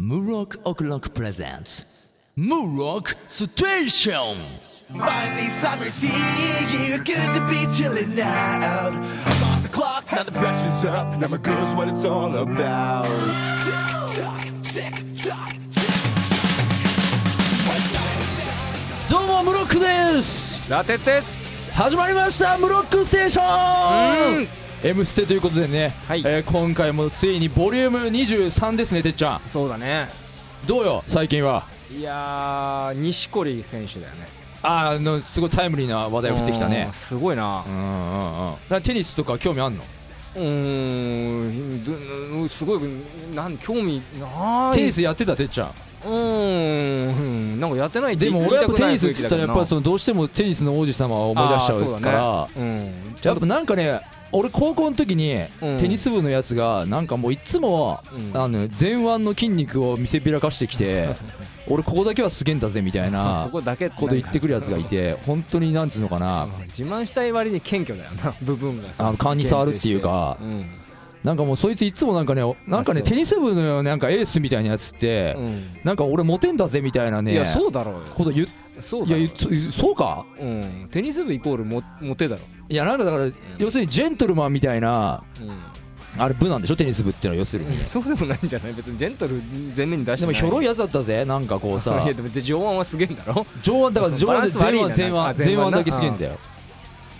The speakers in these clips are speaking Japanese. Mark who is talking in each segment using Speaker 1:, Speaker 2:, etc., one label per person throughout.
Speaker 1: Murok O'Clock presents Murok Station!
Speaker 2: Finally, summer's here. Good to be chilling out. I'm off the clock, now the pressure's up. Now my girl's what it's all about. Tick tock, tick tock, tick
Speaker 1: どうも、ムロックです
Speaker 3: ラテです
Speaker 1: 始まりました、ムロックステーショ
Speaker 3: う
Speaker 1: ン
Speaker 3: ん
Speaker 1: !M ステということでね、
Speaker 3: はい
Speaker 1: えー今回もついにボリューム23ですね、てっちゃん。
Speaker 3: そうだね
Speaker 1: どうよ、最近は。
Speaker 3: いやー錦織選手だよね
Speaker 1: あーあの、すごいタイムリーな話題を振ってきた
Speaker 3: う
Speaker 1: ね
Speaker 3: ん。すごいな
Speaker 1: うんうんうん。だからテニスとか興味あんの
Speaker 3: うーんどうんすごいなん興味ない
Speaker 1: テニスやってた、てっちゃん。
Speaker 3: うーんうんなんかやってないって
Speaker 1: で
Speaker 3: 言
Speaker 1: も
Speaker 3: い
Speaker 1: 俺はや
Speaker 3: た
Speaker 1: っぱテ
Speaker 3: くない
Speaker 1: ニス
Speaker 3: 雰
Speaker 1: っ
Speaker 3: 囲気
Speaker 1: つ
Speaker 3: だ
Speaker 1: った
Speaker 3: け
Speaker 1: ら
Speaker 3: ど
Speaker 1: や
Speaker 3: な
Speaker 1: っぱりそのどうしてもテニスの王子様を思い出しちゃうですから、
Speaker 3: あーそうだねうんち
Speaker 1: や
Speaker 3: ゃ
Speaker 1: っ
Speaker 3: ん
Speaker 1: ぱ
Speaker 3: と
Speaker 1: なんかね俺高校の時に
Speaker 3: うん
Speaker 1: テニス部のやつがなんかもういつも、
Speaker 3: うん
Speaker 1: あの前腕の筋肉を見せびらかしてきて 俺ここだけはすげえんだぜみたいな
Speaker 3: ここだけって
Speaker 1: こと言ってくるやつがいて本当になんつうのかな
Speaker 3: うん自慢したい割に謙虚だよな部分が
Speaker 1: あ
Speaker 3: さ
Speaker 1: の勘に触るっていうか
Speaker 3: うん
Speaker 1: なんかもうそいついつもなんかねなんかね
Speaker 3: あそう
Speaker 1: テニス部のなんかエースみたいなやつって、
Speaker 3: うん
Speaker 1: なんか俺モテんだぜみたいなね
Speaker 3: いやそうだろうよ
Speaker 1: こと言っ
Speaker 3: そう
Speaker 1: い
Speaker 3: だ
Speaker 1: や
Speaker 3: ろう
Speaker 1: 言
Speaker 3: よ
Speaker 1: っそうそうか
Speaker 3: うんテニス部イコールモモテだろ
Speaker 1: いやなんかだから、要するにジェントルマンみたいな
Speaker 3: うん
Speaker 1: あれ部なんでしょテニス部ってのは要するに、
Speaker 3: そうでもないんじゃない別にジェントル全面に出し
Speaker 1: で
Speaker 3: てな
Speaker 1: もひ
Speaker 3: い
Speaker 1: ょろいやつだったぜなんかこうさ
Speaker 3: いやでもで上腕はすげえんだろ
Speaker 1: 上腕だから上
Speaker 3: バラ
Speaker 1: 腕
Speaker 3: ン
Speaker 1: で
Speaker 3: ス
Speaker 1: 前
Speaker 3: 悪い
Speaker 1: 腕
Speaker 3: な
Speaker 1: 前
Speaker 3: なん
Speaker 1: 腕前腕
Speaker 3: か
Speaker 1: だ
Speaker 3: あ前腕な
Speaker 1: けすげえんだよ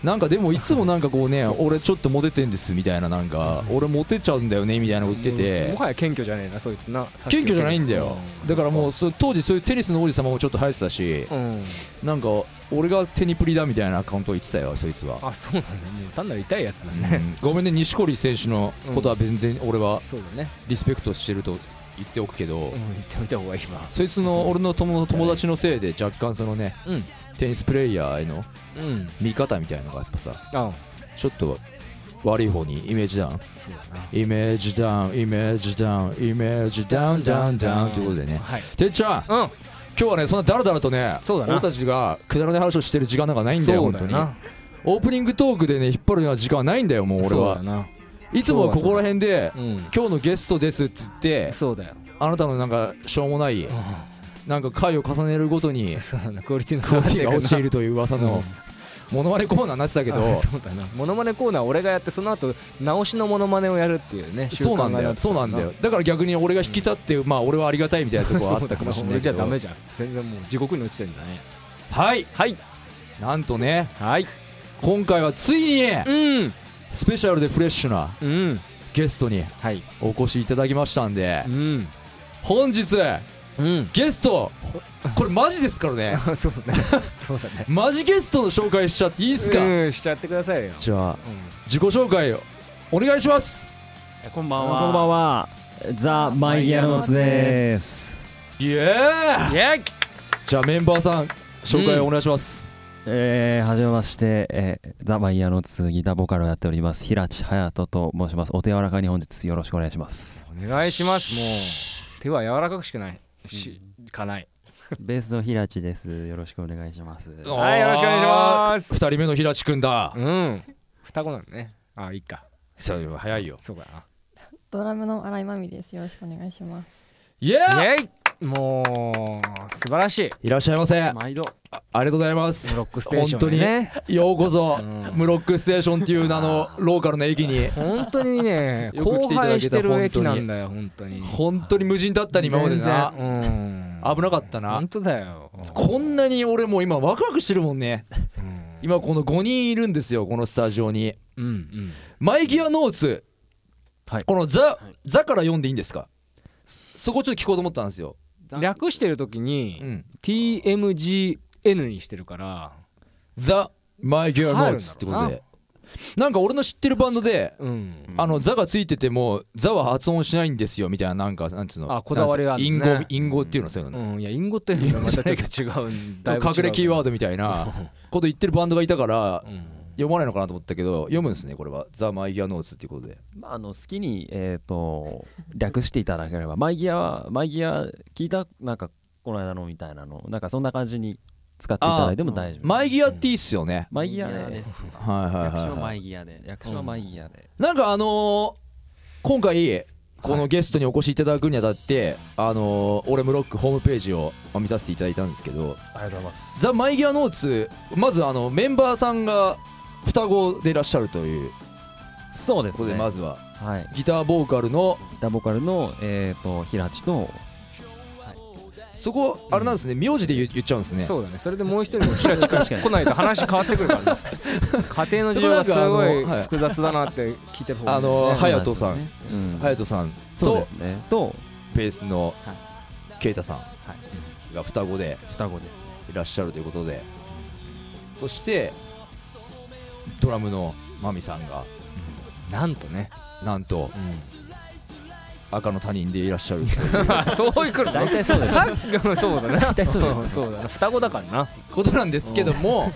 Speaker 1: なんかでもいつもなんかこうね
Speaker 3: そう
Speaker 1: 俺ちょっとモテてんですみたいななんか俺モテちゃうんだよねみたいなこと言って
Speaker 3: もうも
Speaker 1: て
Speaker 3: はや謙虚じゃねえなそいつな
Speaker 1: 謙虚じゃないんだよだからもう
Speaker 3: う
Speaker 1: そう当時そういうテニスの王子様もちょっと流行ってたし
Speaker 3: うん
Speaker 1: なんか俺がテニプリだみたいなアカウントを言ってたよそいつは
Speaker 3: あそうなんだね単なる痛いやつだ
Speaker 1: う
Speaker 3: ね
Speaker 1: んごめんね錦織選手のことは全然俺は
Speaker 3: そうだね
Speaker 1: リスペクトしてると言っておくけど
Speaker 3: うん言っておいた方がいいわ
Speaker 1: そいつの俺の友友達のせいで若干そのね
Speaker 3: うん
Speaker 1: テニスプレイヤーへの
Speaker 3: うん
Speaker 1: 見方みたいのがやっぱさ
Speaker 3: あ
Speaker 1: ちょっと悪い方にイメージダウン
Speaker 3: そうだな
Speaker 1: イメージダウンイメージダウンイメージダウンダウンダウンということでね
Speaker 3: はい
Speaker 1: てっちゃん今
Speaker 3: うん
Speaker 1: 日はねそんなダラダラとね
Speaker 3: そうだな
Speaker 1: 俺たちがくだらない話をしてる時間なんかないんだよ
Speaker 3: そ
Speaker 1: 本
Speaker 3: うだ
Speaker 1: 当
Speaker 3: よ
Speaker 1: に
Speaker 3: な
Speaker 1: オープニングトークでね引っ張るような時間はないんだよもう俺
Speaker 3: そうだ
Speaker 1: は
Speaker 3: ない
Speaker 1: つもはここら辺で
Speaker 3: うん
Speaker 1: 今日のゲストですっつって
Speaker 3: そうだよ
Speaker 1: あなたのなんかしょうもない
Speaker 3: うん
Speaker 1: なんか回を重ねるごとに
Speaker 3: そうだなクオリティの
Speaker 1: クオリティが落ちてい
Speaker 3: る
Speaker 1: るという噂
Speaker 3: うん
Speaker 1: のモノマネコーナーになってたけど
Speaker 3: そうだなモノマネコーナー俺がやってその後直しのモノマネをやるっていうね習
Speaker 1: そうな
Speaker 3: 慣
Speaker 1: ん
Speaker 3: が
Speaker 1: だよ
Speaker 3: ってた
Speaker 1: そうなんだ よだから逆に俺が引き立って、まあ俺はありがたいみたいなとこはあったかもしれないけ
Speaker 3: そうだ俺じゃダ
Speaker 1: ど
Speaker 3: メじゃん全然もう地獄に落ちてんだね
Speaker 1: はい
Speaker 3: はい
Speaker 1: なんとね
Speaker 3: はい
Speaker 1: 今回はついに
Speaker 3: うん
Speaker 1: スペシャルでフレッシュな
Speaker 3: うん
Speaker 1: ゲストに
Speaker 3: はい
Speaker 1: お越しいただきましたんで
Speaker 3: うん
Speaker 1: 本日
Speaker 3: うん
Speaker 1: ゲストこれマジですからね
Speaker 3: そうだねそうだね
Speaker 1: マジゲストの紹介しちゃっていいっすか、
Speaker 3: うんしちゃってくださいよ
Speaker 1: じゃあ
Speaker 3: うん
Speaker 1: 自己紹介をお願いします
Speaker 4: こんばんは。
Speaker 5: こんばんは。ザ・マイ・ギャロノスです。
Speaker 1: イエーイ
Speaker 3: イエイ
Speaker 1: じゃあメンバーさん紹介お願いします、
Speaker 5: えー、はじめまして、えーザ・マイ・ギャロノスギターボーカルをやっております、平地隼人と申します。お手柔らかに本日よろしくお願いし ます。
Speaker 3: お願いしますもう手は柔らかくしかないしかない
Speaker 4: ベースの平地です。よろしくお願いします。
Speaker 1: お
Speaker 3: はいよろしくお願いします
Speaker 1: 2人目の平地君だ、
Speaker 3: うん双子なのねあいいか
Speaker 1: そう早いよ
Speaker 3: そうか
Speaker 6: ドラムの荒井真美です。よろしくお願いします。
Speaker 1: イエーイ
Speaker 3: なイエイもう素晴らしい
Speaker 1: いらっしゃいませ
Speaker 4: 毎度。
Speaker 1: ありがとうございます。
Speaker 3: ブロックステーションにね
Speaker 1: 本当にようこそ、
Speaker 3: うん
Speaker 1: ムロックステーションっていう名のローカルの駅に。
Speaker 3: 本当にね
Speaker 1: よく来
Speaker 3: 荒
Speaker 1: ていただけた
Speaker 3: 廃してる駅なんだよ本当に
Speaker 1: 本当に無人だったね、今までな。
Speaker 3: 全然うん
Speaker 1: 危なかったな
Speaker 3: 本。当だよ
Speaker 1: こんなに俺もう今ワクワクしてるもんね。
Speaker 3: うん
Speaker 1: 今この5人いるんですよ、このスタジオに。
Speaker 3: うんうん
Speaker 1: マイギアノーツ。
Speaker 5: はい
Speaker 1: このザ、ザから読んでいいんですかそこちょっと聞こうと思ったんですよ。
Speaker 3: 略してる時
Speaker 1: う
Speaker 3: に
Speaker 1: ん。
Speaker 3: TMGN にしてるから
Speaker 1: ザ、マイギアノーツってこと
Speaker 3: 入る
Speaker 1: で。なんか俺の知ってるバンドで、
Speaker 3: うん
Speaker 1: あの「ザ」がついてても「ザ」は発音しないんですよみたいななんかなんつうの
Speaker 3: あこだわりがあるね
Speaker 1: なんつうの隠語隠語っていうのそういうの、
Speaker 3: うんいや隠語っていうのはまたちょっと違うんだいぶ違う
Speaker 1: 隠れキーワードみたいなこと言ってるバンドがいたから
Speaker 3: うん
Speaker 1: 読まないのかなと思ったけど読むんですねこれは「ザ・マイ・ギア・ノーツ」っていうことで
Speaker 5: まあ、あの好きに、えー、と略していただければ、マイ・ギアは、マイ・ギア聞いた、なんかこの間のみたいなの、なんかそんな感じに使っていただいても大丈夫。
Speaker 1: マイ・ギアっていいっすよね、
Speaker 5: マイ・ギアで、
Speaker 1: はいはい
Speaker 4: 役
Speaker 1: はい、
Speaker 4: 所
Speaker 1: は
Speaker 4: マ
Speaker 1: い、
Speaker 4: イギアで。役所マイギアで。
Speaker 1: なんかあのー今回このゲストにお越しいただくにあたって、あのー、俺ムロックホームページをまあ見させていただいたんですけど
Speaker 7: ありがとうございます。
Speaker 1: ザ・マイギアノーツまずあのメンバーさんが双子でいらっしゃるという
Speaker 5: そうで
Speaker 1: こ
Speaker 5: す
Speaker 1: とで
Speaker 5: ね
Speaker 1: まずは
Speaker 5: はい
Speaker 1: ギターボーカルの
Speaker 5: ギターボーカルのえっと平地と
Speaker 1: そこあれなんですね名字で言う言っちゃうんですね
Speaker 3: そうだねそれでもう一人 もキラチカしか来ないと話変わってくるからね家庭の事情がすご
Speaker 1: でもなんかあ
Speaker 3: い
Speaker 1: のはい
Speaker 3: 複雑だなって聞いてる方が
Speaker 1: あの
Speaker 3: ね
Speaker 1: 隼人さん
Speaker 5: うん
Speaker 1: 隼人さん
Speaker 5: そうで
Speaker 1: と
Speaker 5: すねと
Speaker 1: ベースの
Speaker 4: は
Speaker 1: 啓太さんが双子で
Speaker 4: 双子で
Speaker 1: いらっしゃるということでそしてドラムのマミさんが
Speaker 3: なんとね
Speaker 1: なんと赤の他人でいらっし ゃる
Speaker 3: そういくの
Speaker 5: 大体そうです
Speaker 3: さっきのそうだね大
Speaker 5: 体そうですね
Speaker 3: そうだね双子だからな
Speaker 1: ことなんですけども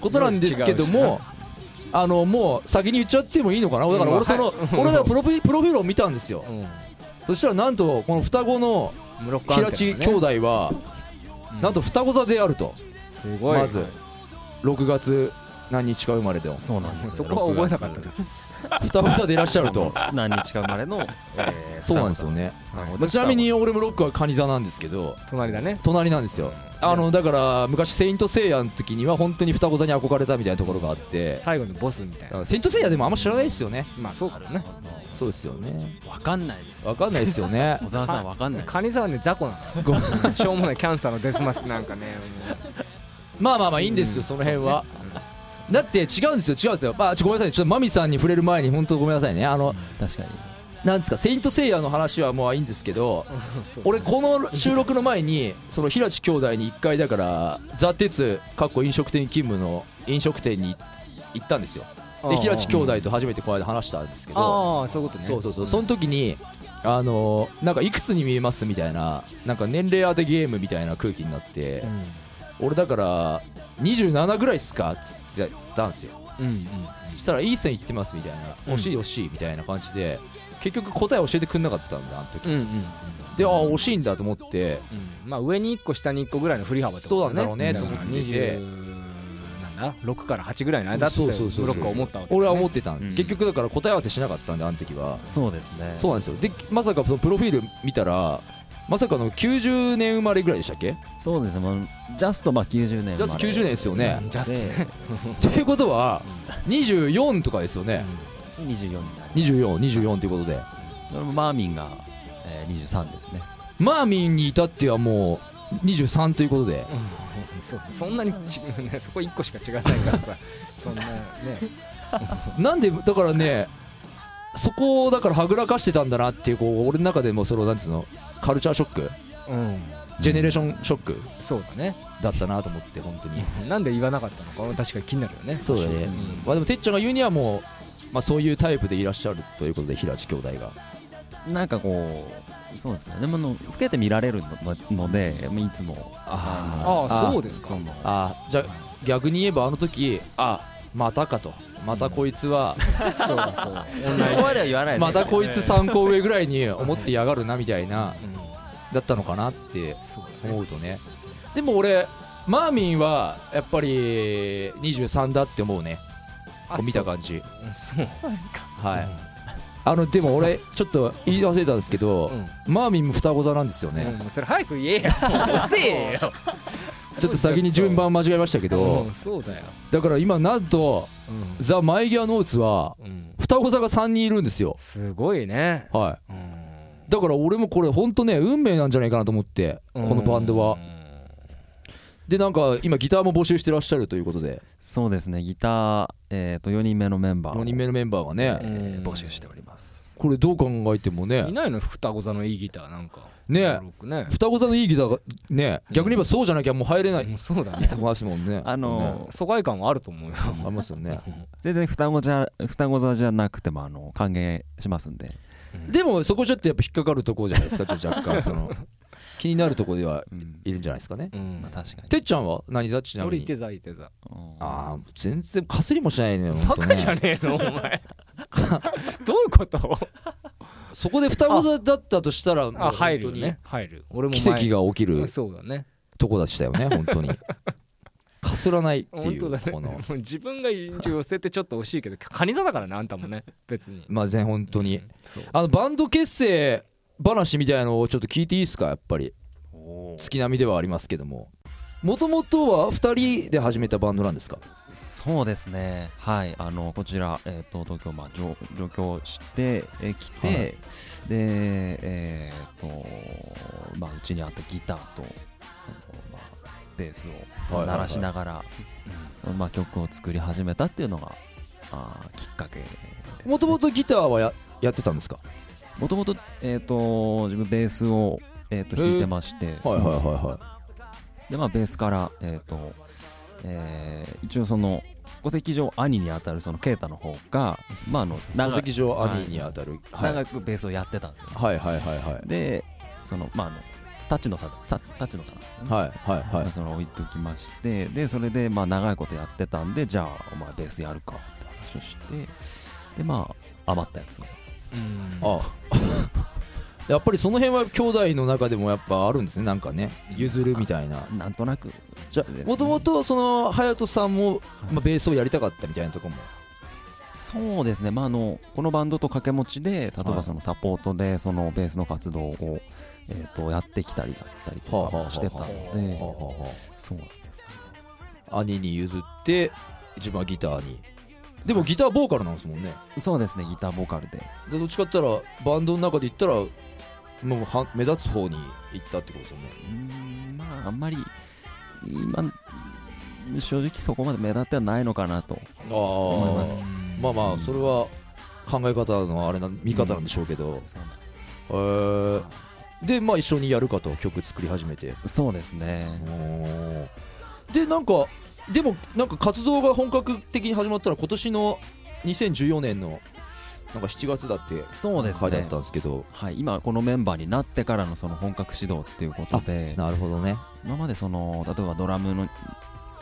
Speaker 1: ことなんですけどもあのもう先に言っちゃってもいいのかなだから
Speaker 3: うん
Speaker 1: 俺その
Speaker 3: はい
Speaker 1: 俺がプロフィプロフィールを見たんですよ
Speaker 3: うん
Speaker 1: そしたらなんとこの双子の
Speaker 3: ムロックアン
Speaker 1: 平
Speaker 3: テ
Speaker 1: 地
Speaker 3: ナ
Speaker 1: 兄
Speaker 3: ね
Speaker 1: 弟は
Speaker 3: うん
Speaker 1: なんと双子座であると
Speaker 3: すごい
Speaker 1: まず6月何日か生まれで
Speaker 5: そうなんです
Speaker 3: そ
Speaker 5: よ
Speaker 3: こは覚えなかったけど
Speaker 1: 双子座でいらっしゃると
Speaker 5: 何日か生まれのえー
Speaker 1: そうなんですよね
Speaker 3: はい
Speaker 1: まあちなみに俺もロックはカニ座なんですけど
Speaker 3: 隣だね
Speaker 1: 隣なんですよあのだから昔「セイント・セイヤ」の時には本当に双子座に憧れたみたいなところがあって
Speaker 3: 最後のボスみたい
Speaker 1: だか
Speaker 3: な
Speaker 1: らセイント・セイヤでもあんま知らないですよね
Speaker 3: まあそうかもね
Speaker 1: そうですよね
Speaker 4: わかんないです
Speaker 1: わかんないですよ ね
Speaker 4: 小沢さんわかんない
Speaker 3: カニさんはね雑魚なのしょうもないキャンサーのデスマスクなんかねもう
Speaker 1: まあまあまあいいんですよその辺はだって違うんですよ違うんですよまあちょごめんなさいちょっとマミさんに触れる前に本当ごめんなさいねあの
Speaker 5: 確かに
Speaker 1: なんですか「セイント・セイヤ」の話はもういいんですけど
Speaker 3: そう
Speaker 1: 俺この収録の前にその平地兄弟に1回だから「ザ・鉄」かっこ飲食店勤務の飲食店に行ったんですよ
Speaker 3: あ
Speaker 1: で
Speaker 3: あ
Speaker 1: 平地兄弟と初めてこの間話したんですけど
Speaker 3: ああそういうことね
Speaker 1: そうそうそうその時にあのーなんかいくつに見えますみたいななんか年齢当てゲームみたいな空気になって俺だから27ぐらいっすかっつって言ったんですよ
Speaker 3: うんうん
Speaker 1: そしたらいい線いってますみたいな惜しい惜しいみたいな感じで結局答え教えてくんなかったんだあの時
Speaker 3: うんうんうん
Speaker 1: でああ惜しいんだと思って
Speaker 3: うんまあ上に1個下に1個ぐらいの振り幅ってこと
Speaker 1: そうだろうねと思っていて
Speaker 3: 20なんだ6から8ぐらいの間って
Speaker 1: そ
Speaker 3: ブ
Speaker 1: う
Speaker 3: ロ
Speaker 1: そうそうそう
Speaker 3: ックは思ったわけ
Speaker 1: 俺は思ってたんです、
Speaker 4: うん
Speaker 1: 結局だから答え合わせしなかったんであの時は
Speaker 5: そうですね
Speaker 1: そうなんですよでまさかそのプロフィール見たらまさかの90年生まれぐらいでしたっけ
Speaker 5: そうですねまあジャストまあ90年
Speaker 1: ジャスト90年ですよね
Speaker 3: ジャスト ね
Speaker 1: ということは24とかですよね
Speaker 5: 24になり
Speaker 1: 2424ということで
Speaker 5: マーミンがえー23ですね
Speaker 1: マーミンに至ってはもう23ということで
Speaker 3: そうそんなに違うねそこ1個しか違わないからさそんなね
Speaker 1: なんでだからねそこをだからはぐらかしてたんだなっていうこう俺の中でもそのなんていうのカルチャーショック
Speaker 3: うん
Speaker 1: ジェネレーションショック
Speaker 3: そうだね
Speaker 1: だったなと思って本当に
Speaker 3: なんで言わなかったのかは確かに気になるよね
Speaker 1: そうだね、まあ、でもてっちゃんが言うにはもう、まあ、そういうタイプでいらっしゃるということで平地兄弟が
Speaker 5: なんかこうそうですねでもあの老けて見られるののでまあいつも
Speaker 1: あ
Speaker 3: ああそうですか
Speaker 5: その
Speaker 1: あじゃあ逆に言えばあの時あまたかとまたこいつは、
Speaker 3: そうだそうだ
Speaker 5: そこまでは言わないです
Speaker 1: またこいつ3個上ぐらいに思ってやがるなみたいなだったのかなって
Speaker 3: そうだね
Speaker 1: 思うとねでも俺マーミンはやっぱり23だって思うねこう見た感じ
Speaker 3: そう
Speaker 6: そうですか。
Speaker 1: はいあのでも俺ちょっと言い忘れたんですけど、
Speaker 3: うん
Speaker 1: マーミンも双子座なんですよね、
Speaker 3: うんそれ早く言えよ遅えよ
Speaker 1: ちょっと先に順番間違えましたけど
Speaker 3: うんそうだよ
Speaker 1: だから今なんと
Speaker 3: うん
Speaker 1: ザ・マイギアノーツは
Speaker 3: うん
Speaker 1: 双子座が3人いるんですよ
Speaker 3: すごいね
Speaker 1: は
Speaker 3: うん
Speaker 1: いだから俺もこれほんとね運命なんじゃないかなと思ってこのバンドはでなんか今ギターも募集してらっしゃるということで
Speaker 5: そうですねギターえーと4人目のメンバーを
Speaker 1: 4人目のメンバーが
Speaker 3: う
Speaker 1: ね
Speaker 3: ん
Speaker 5: 募集しております
Speaker 1: これどう考えても
Speaker 3: い
Speaker 1: ね
Speaker 3: ないの双子座のいいギターなんか
Speaker 1: ね
Speaker 3: ロックね
Speaker 1: 双子座のいいギターがね逆に言えばそうじゃなきゃもう入れない
Speaker 3: うんそうだ
Speaker 1: って
Speaker 3: ね
Speaker 1: 話もんね
Speaker 5: あの
Speaker 3: 疎外感はあると思うよ
Speaker 1: ありますよね
Speaker 5: 全然双子じゃ双子座じゃなくてもあの歓迎しますんで
Speaker 1: でもそこちょっとやっぱ引っかかるところじゃないですかちょっと若干その気になるところでは
Speaker 5: うん
Speaker 1: いるんじゃないですかね
Speaker 3: うん
Speaker 5: まあ確かに
Speaker 1: てっちゃんは何座ちなみ
Speaker 3: 俺
Speaker 1: に
Speaker 3: いて座いて座
Speaker 5: うん
Speaker 1: ああ全然かすりもしないのよ
Speaker 3: バカじゃ
Speaker 1: ん
Speaker 3: ねえのお前どういうこと
Speaker 1: そこで双子座だったとしたらもう
Speaker 3: あ入るよ
Speaker 1: 本当に
Speaker 3: ね入る俺も
Speaker 1: 奇跡
Speaker 3: が
Speaker 1: が起きる
Speaker 3: そうだね
Speaker 1: とこだしたよね本当にかすらないって
Speaker 3: 本
Speaker 1: い
Speaker 3: 当
Speaker 1: う、
Speaker 3: だね
Speaker 1: この
Speaker 3: もう自分が寄せてちょっと惜しいけどカニ座だからねあんたもね別に
Speaker 1: まあ全本当に、
Speaker 3: うんそう
Speaker 1: あのバンド結成話みたいのをちょっと聞いていいですかやっぱり月並みではありますけどももともとは2人で始めたバンドなんですか
Speaker 5: そうですね、はい、あのこちら、えー、と東京、まあ、上上京してえー来て、
Speaker 1: はい
Speaker 5: で、えーとまあ、うちにあったギターとその、まあ、ベース
Speaker 1: はいはいは
Speaker 5: を
Speaker 1: い
Speaker 5: 鳴らしながら、そのまあ、曲を作り始めたっていうのがあーきっかけ
Speaker 1: もともとギターはややってたんですか
Speaker 5: もともと,、えー、と自分ベースを、えー、と
Speaker 1: へー
Speaker 5: 弾いてまして、でまあベースからえっ、と、えー一応その戸籍上兄にあたるその啓太の方がまああの
Speaker 1: 戸
Speaker 5: 長,、
Speaker 1: 籍上兄にあたる、はい、はい
Speaker 5: 長くベースをやってたんですよ、
Speaker 1: はいはいはい
Speaker 5: でそのまああのタッチの差タッチの差なんですよね
Speaker 1: はいはいはい
Speaker 5: その置いておきましてでそれでまあ長いことやってたんでじゃあお前ベースやるかって話をしてでまあ余ったやつを
Speaker 3: うん
Speaker 1: ああやっぱりその辺は兄弟の中でもやっぱあるんですねなんかね譲るみたいな
Speaker 5: なんとなく
Speaker 1: じゃ
Speaker 5: ですね
Speaker 1: もともとその隼人さんも、まあ、ベースをやりたかったみたいなとこも
Speaker 5: そうですね、まあ、あのこのバンドと掛け持ちで例え
Speaker 1: はい
Speaker 5: ばそのサポートでそのベースの活動を、えー、とやってきたりだったりとかもしてたのでそう
Speaker 1: 兄に譲って自分はギターにでもギターボーカルなんですもんね
Speaker 5: そうですねギターボーカルで
Speaker 1: でどっちかって言ったらバンドの中で言ったらもうは目立つ方に行ったってことですよね
Speaker 5: うーんまああんまり今正直そこまで目立ってはないのかなと
Speaker 1: あ思
Speaker 5: 思います
Speaker 1: まあまあそれは考え方のあれな見方なんでしょうけど、
Speaker 5: そうなんです
Speaker 1: えーでまあ一緒にやるかと曲作り始めて
Speaker 5: そうですね
Speaker 1: でなんかでもなんか活動が本格的に始まったら今年の2014年のなんか7月だって
Speaker 5: そうです
Speaker 1: 書いてあっ
Speaker 5: ね
Speaker 1: たんですけど
Speaker 5: はい、今このメンバーになってからのその本格始動っていうことで
Speaker 1: なるほどね
Speaker 5: 今までその例えばドラムの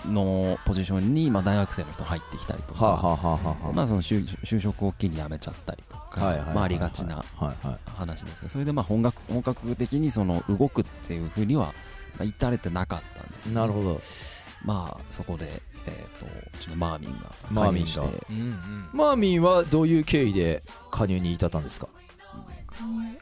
Speaker 5: のポジションに、まあ、大学生の人入ってきたりとか、
Speaker 1: はあ、はあはあはあは
Speaker 5: まあ、その就就職を機に辞めちゃったりと
Speaker 1: あ
Speaker 5: か、
Speaker 1: はいはいはいはい
Speaker 5: まあ、ありがちな
Speaker 1: はいはい
Speaker 5: 話ですけどそれでまあ本格本格的にその動くっていうふうには、まあ、至れてなかったんですね
Speaker 1: なるほど
Speaker 5: まあそこで、えー、とうちのマーミンが
Speaker 1: マーミンが
Speaker 5: 加入して
Speaker 3: うんうん
Speaker 1: マーミンはどういう経緯で加入に至ったんですか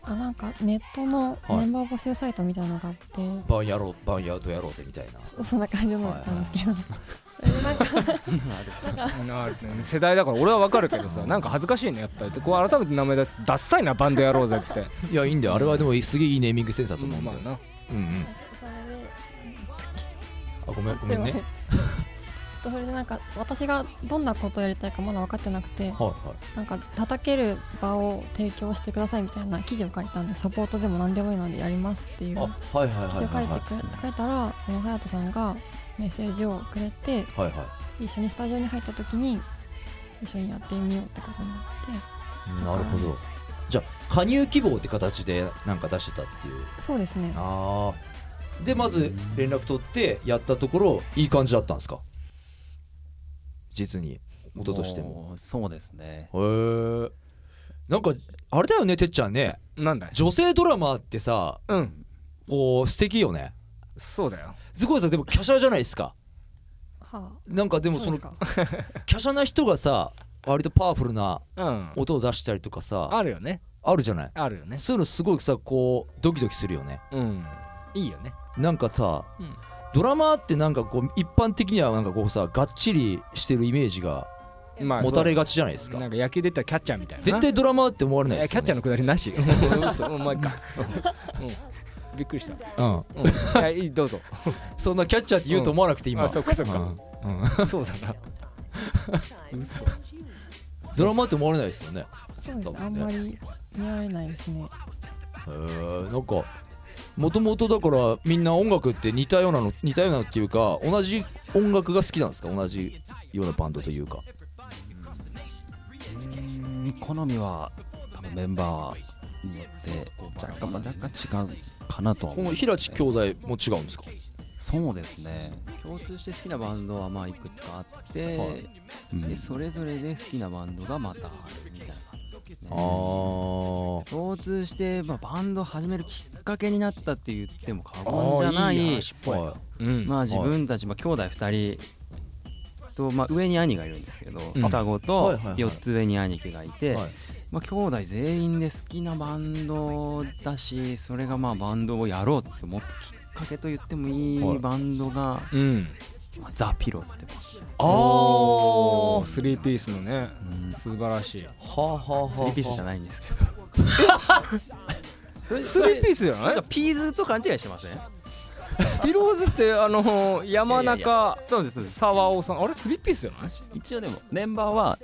Speaker 6: あなんかネットのメンバー募集サイトみたいなのがあって、
Speaker 1: バンやろうバンやドやろうぜみたいな
Speaker 6: そそんな感じのだったんですけど、それでなんか
Speaker 3: なるね世代だから俺はわかるけどさなんか恥ずかしいねやっぱりでこう改めて名前出すダッサいなバンドやろうぜって
Speaker 1: いやいいんだよあれはでもすげえいいネーミングセンスだと思うんだ
Speaker 3: ま
Speaker 1: よ、
Speaker 3: あ
Speaker 1: うん
Speaker 3: な
Speaker 1: うん
Speaker 6: それで
Speaker 1: あごめんご
Speaker 6: す
Speaker 1: め
Speaker 6: い
Speaker 1: ん
Speaker 6: ません
Speaker 1: ね
Speaker 6: とそれでなんか私がどんなことをやりたいかまだ分かってなく
Speaker 1: は
Speaker 6: て
Speaker 1: いはい
Speaker 6: なんか叩ける場を提供してくださいみたいな記事を書いたんでサポートでも何でもいいのでやりますっていう
Speaker 1: あはいはい
Speaker 6: 記
Speaker 1: はい
Speaker 6: 事を書
Speaker 1: はい
Speaker 6: い
Speaker 1: は
Speaker 6: てくれ書いたらその隼人さんがメッセージをくれて
Speaker 1: いはいはい
Speaker 6: 一緒にスタジオに入った時に一緒にやってみようってことにな
Speaker 1: な
Speaker 6: っ
Speaker 1: るほどじゃあ加入希望って形でなんか出してたっていう
Speaker 6: てそうですね
Speaker 1: ああでまず連絡取ってやったところいい感じだったんですか実に音としても
Speaker 5: うそうですね
Speaker 1: へえなんかあれだよねてっちゃんね
Speaker 3: なんだい
Speaker 1: 女性ドラマーってさ
Speaker 3: うん
Speaker 1: こう素敵よね
Speaker 3: そうだよ
Speaker 1: すごいさでも華奢じゃないですか
Speaker 6: は
Speaker 1: なんかで
Speaker 6: あ
Speaker 1: もその
Speaker 6: う
Speaker 1: 華
Speaker 6: ですか
Speaker 1: 奢な人がさ割とパワフルな
Speaker 3: うん
Speaker 1: 音を出したりとかさ
Speaker 3: あるよね
Speaker 1: あるじゃない
Speaker 3: あるよね
Speaker 1: そういうのすごくさこうドキドキするよね
Speaker 3: うんいいよね
Speaker 1: なんかさ、
Speaker 3: うん
Speaker 1: ドラマーってなんかこう一般的にはなんかこうさがっちりしてるイメージが
Speaker 3: ま
Speaker 1: 持たれがちじゃないですか、
Speaker 3: なんか野球で言ったらキャッチャーみたいな
Speaker 1: 絶対ドラマーって思われ
Speaker 3: い
Speaker 1: ないで
Speaker 3: や
Speaker 1: す
Speaker 3: キャ
Speaker 1: よ、
Speaker 3: ッチャ
Speaker 1: ね、
Speaker 3: ーのくだりなし 嘘お前かうんびっくりした
Speaker 1: うん
Speaker 3: うんいやいいどうぞ
Speaker 1: そんなキャッチャーって言うと思わなくて今、
Speaker 3: あそっかそっ
Speaker 1: うん
Speaker 3: か
Speaker 1: うん
Speaker 3: そうだな嘘
Speaker 1: ドラマーって思われないですよね
Speaker 6: そうですねあんまり見られないですね
Speaker 1: へえなんかもともとだからみんな音楽って似たようなの似たようなのっていうか同じ音楽が好きなんですか同じようなバンドというか
Speaker 5: うん好みは多分メンバーによって若干,、まあ、若干違うかなとは
Speaker 1: こ
Speaker 5: 思
Speaker 1: の
Speaker 5: う
Speaker 1: 平地兄弟も違うんですか
Speaker 5: そうですね、
Speaker 4: 共通して好きなバンドはまあいくつかあって、
Speaker 5: うん
Speaker 4: でそれぞれで好きなバンドがまたあるみたいな感じですね
Speaker 1: あー
Speaker 4: 共通して、まあ、バンド始めるきっかけになったって言っても過言じゃない
Speaker 1: はい
Speaker 4: まあ自分たち、まあ、兄弟2人とまあ、上に兄がいるんですけど、
Speaker 1: うん
Speaker 4: 双子
Speaker 1: はい
Speaker 4: と
Speaker 1: はいはい
Speaker 4: 4つ上に兄貴がいて、
Speaker 1: はい
Speaker 4: まあ、兄弟全員で好きなバンドだしそれがまあバンドをやろうと思ったきっかけと言っても
Speaker 1: はい
Speaker 4: いいバンドが、
Speaker 3: うん
Speaker 4: まあザ・ピローズってバンドです
Speaker 1: ああは
Speaker 3: スリーピースのね
Speaker 4: うんス
Speaker 3: 素晴らしい
Speaker 1: あはあはあ
Speaker 4: リーピースじゃ
Speaker 1: ない
Speaker 4: ないんですけど
Speaker 3: スリーピースじゃ
Speaker 4: なん
Speaker 3: な
Speaker 4: か
Speaker 3: い
Speaker 4: ピーズと勘違いしてません
Speaker 3: ピローズってあの山
Speaker 4: いやいや
Speaker 3: 中
Speaker 4: そうですそうです
Speaker 3: 沢尾さんあれスリーピースじゃない
Speaker 5: 一応でもメンバーは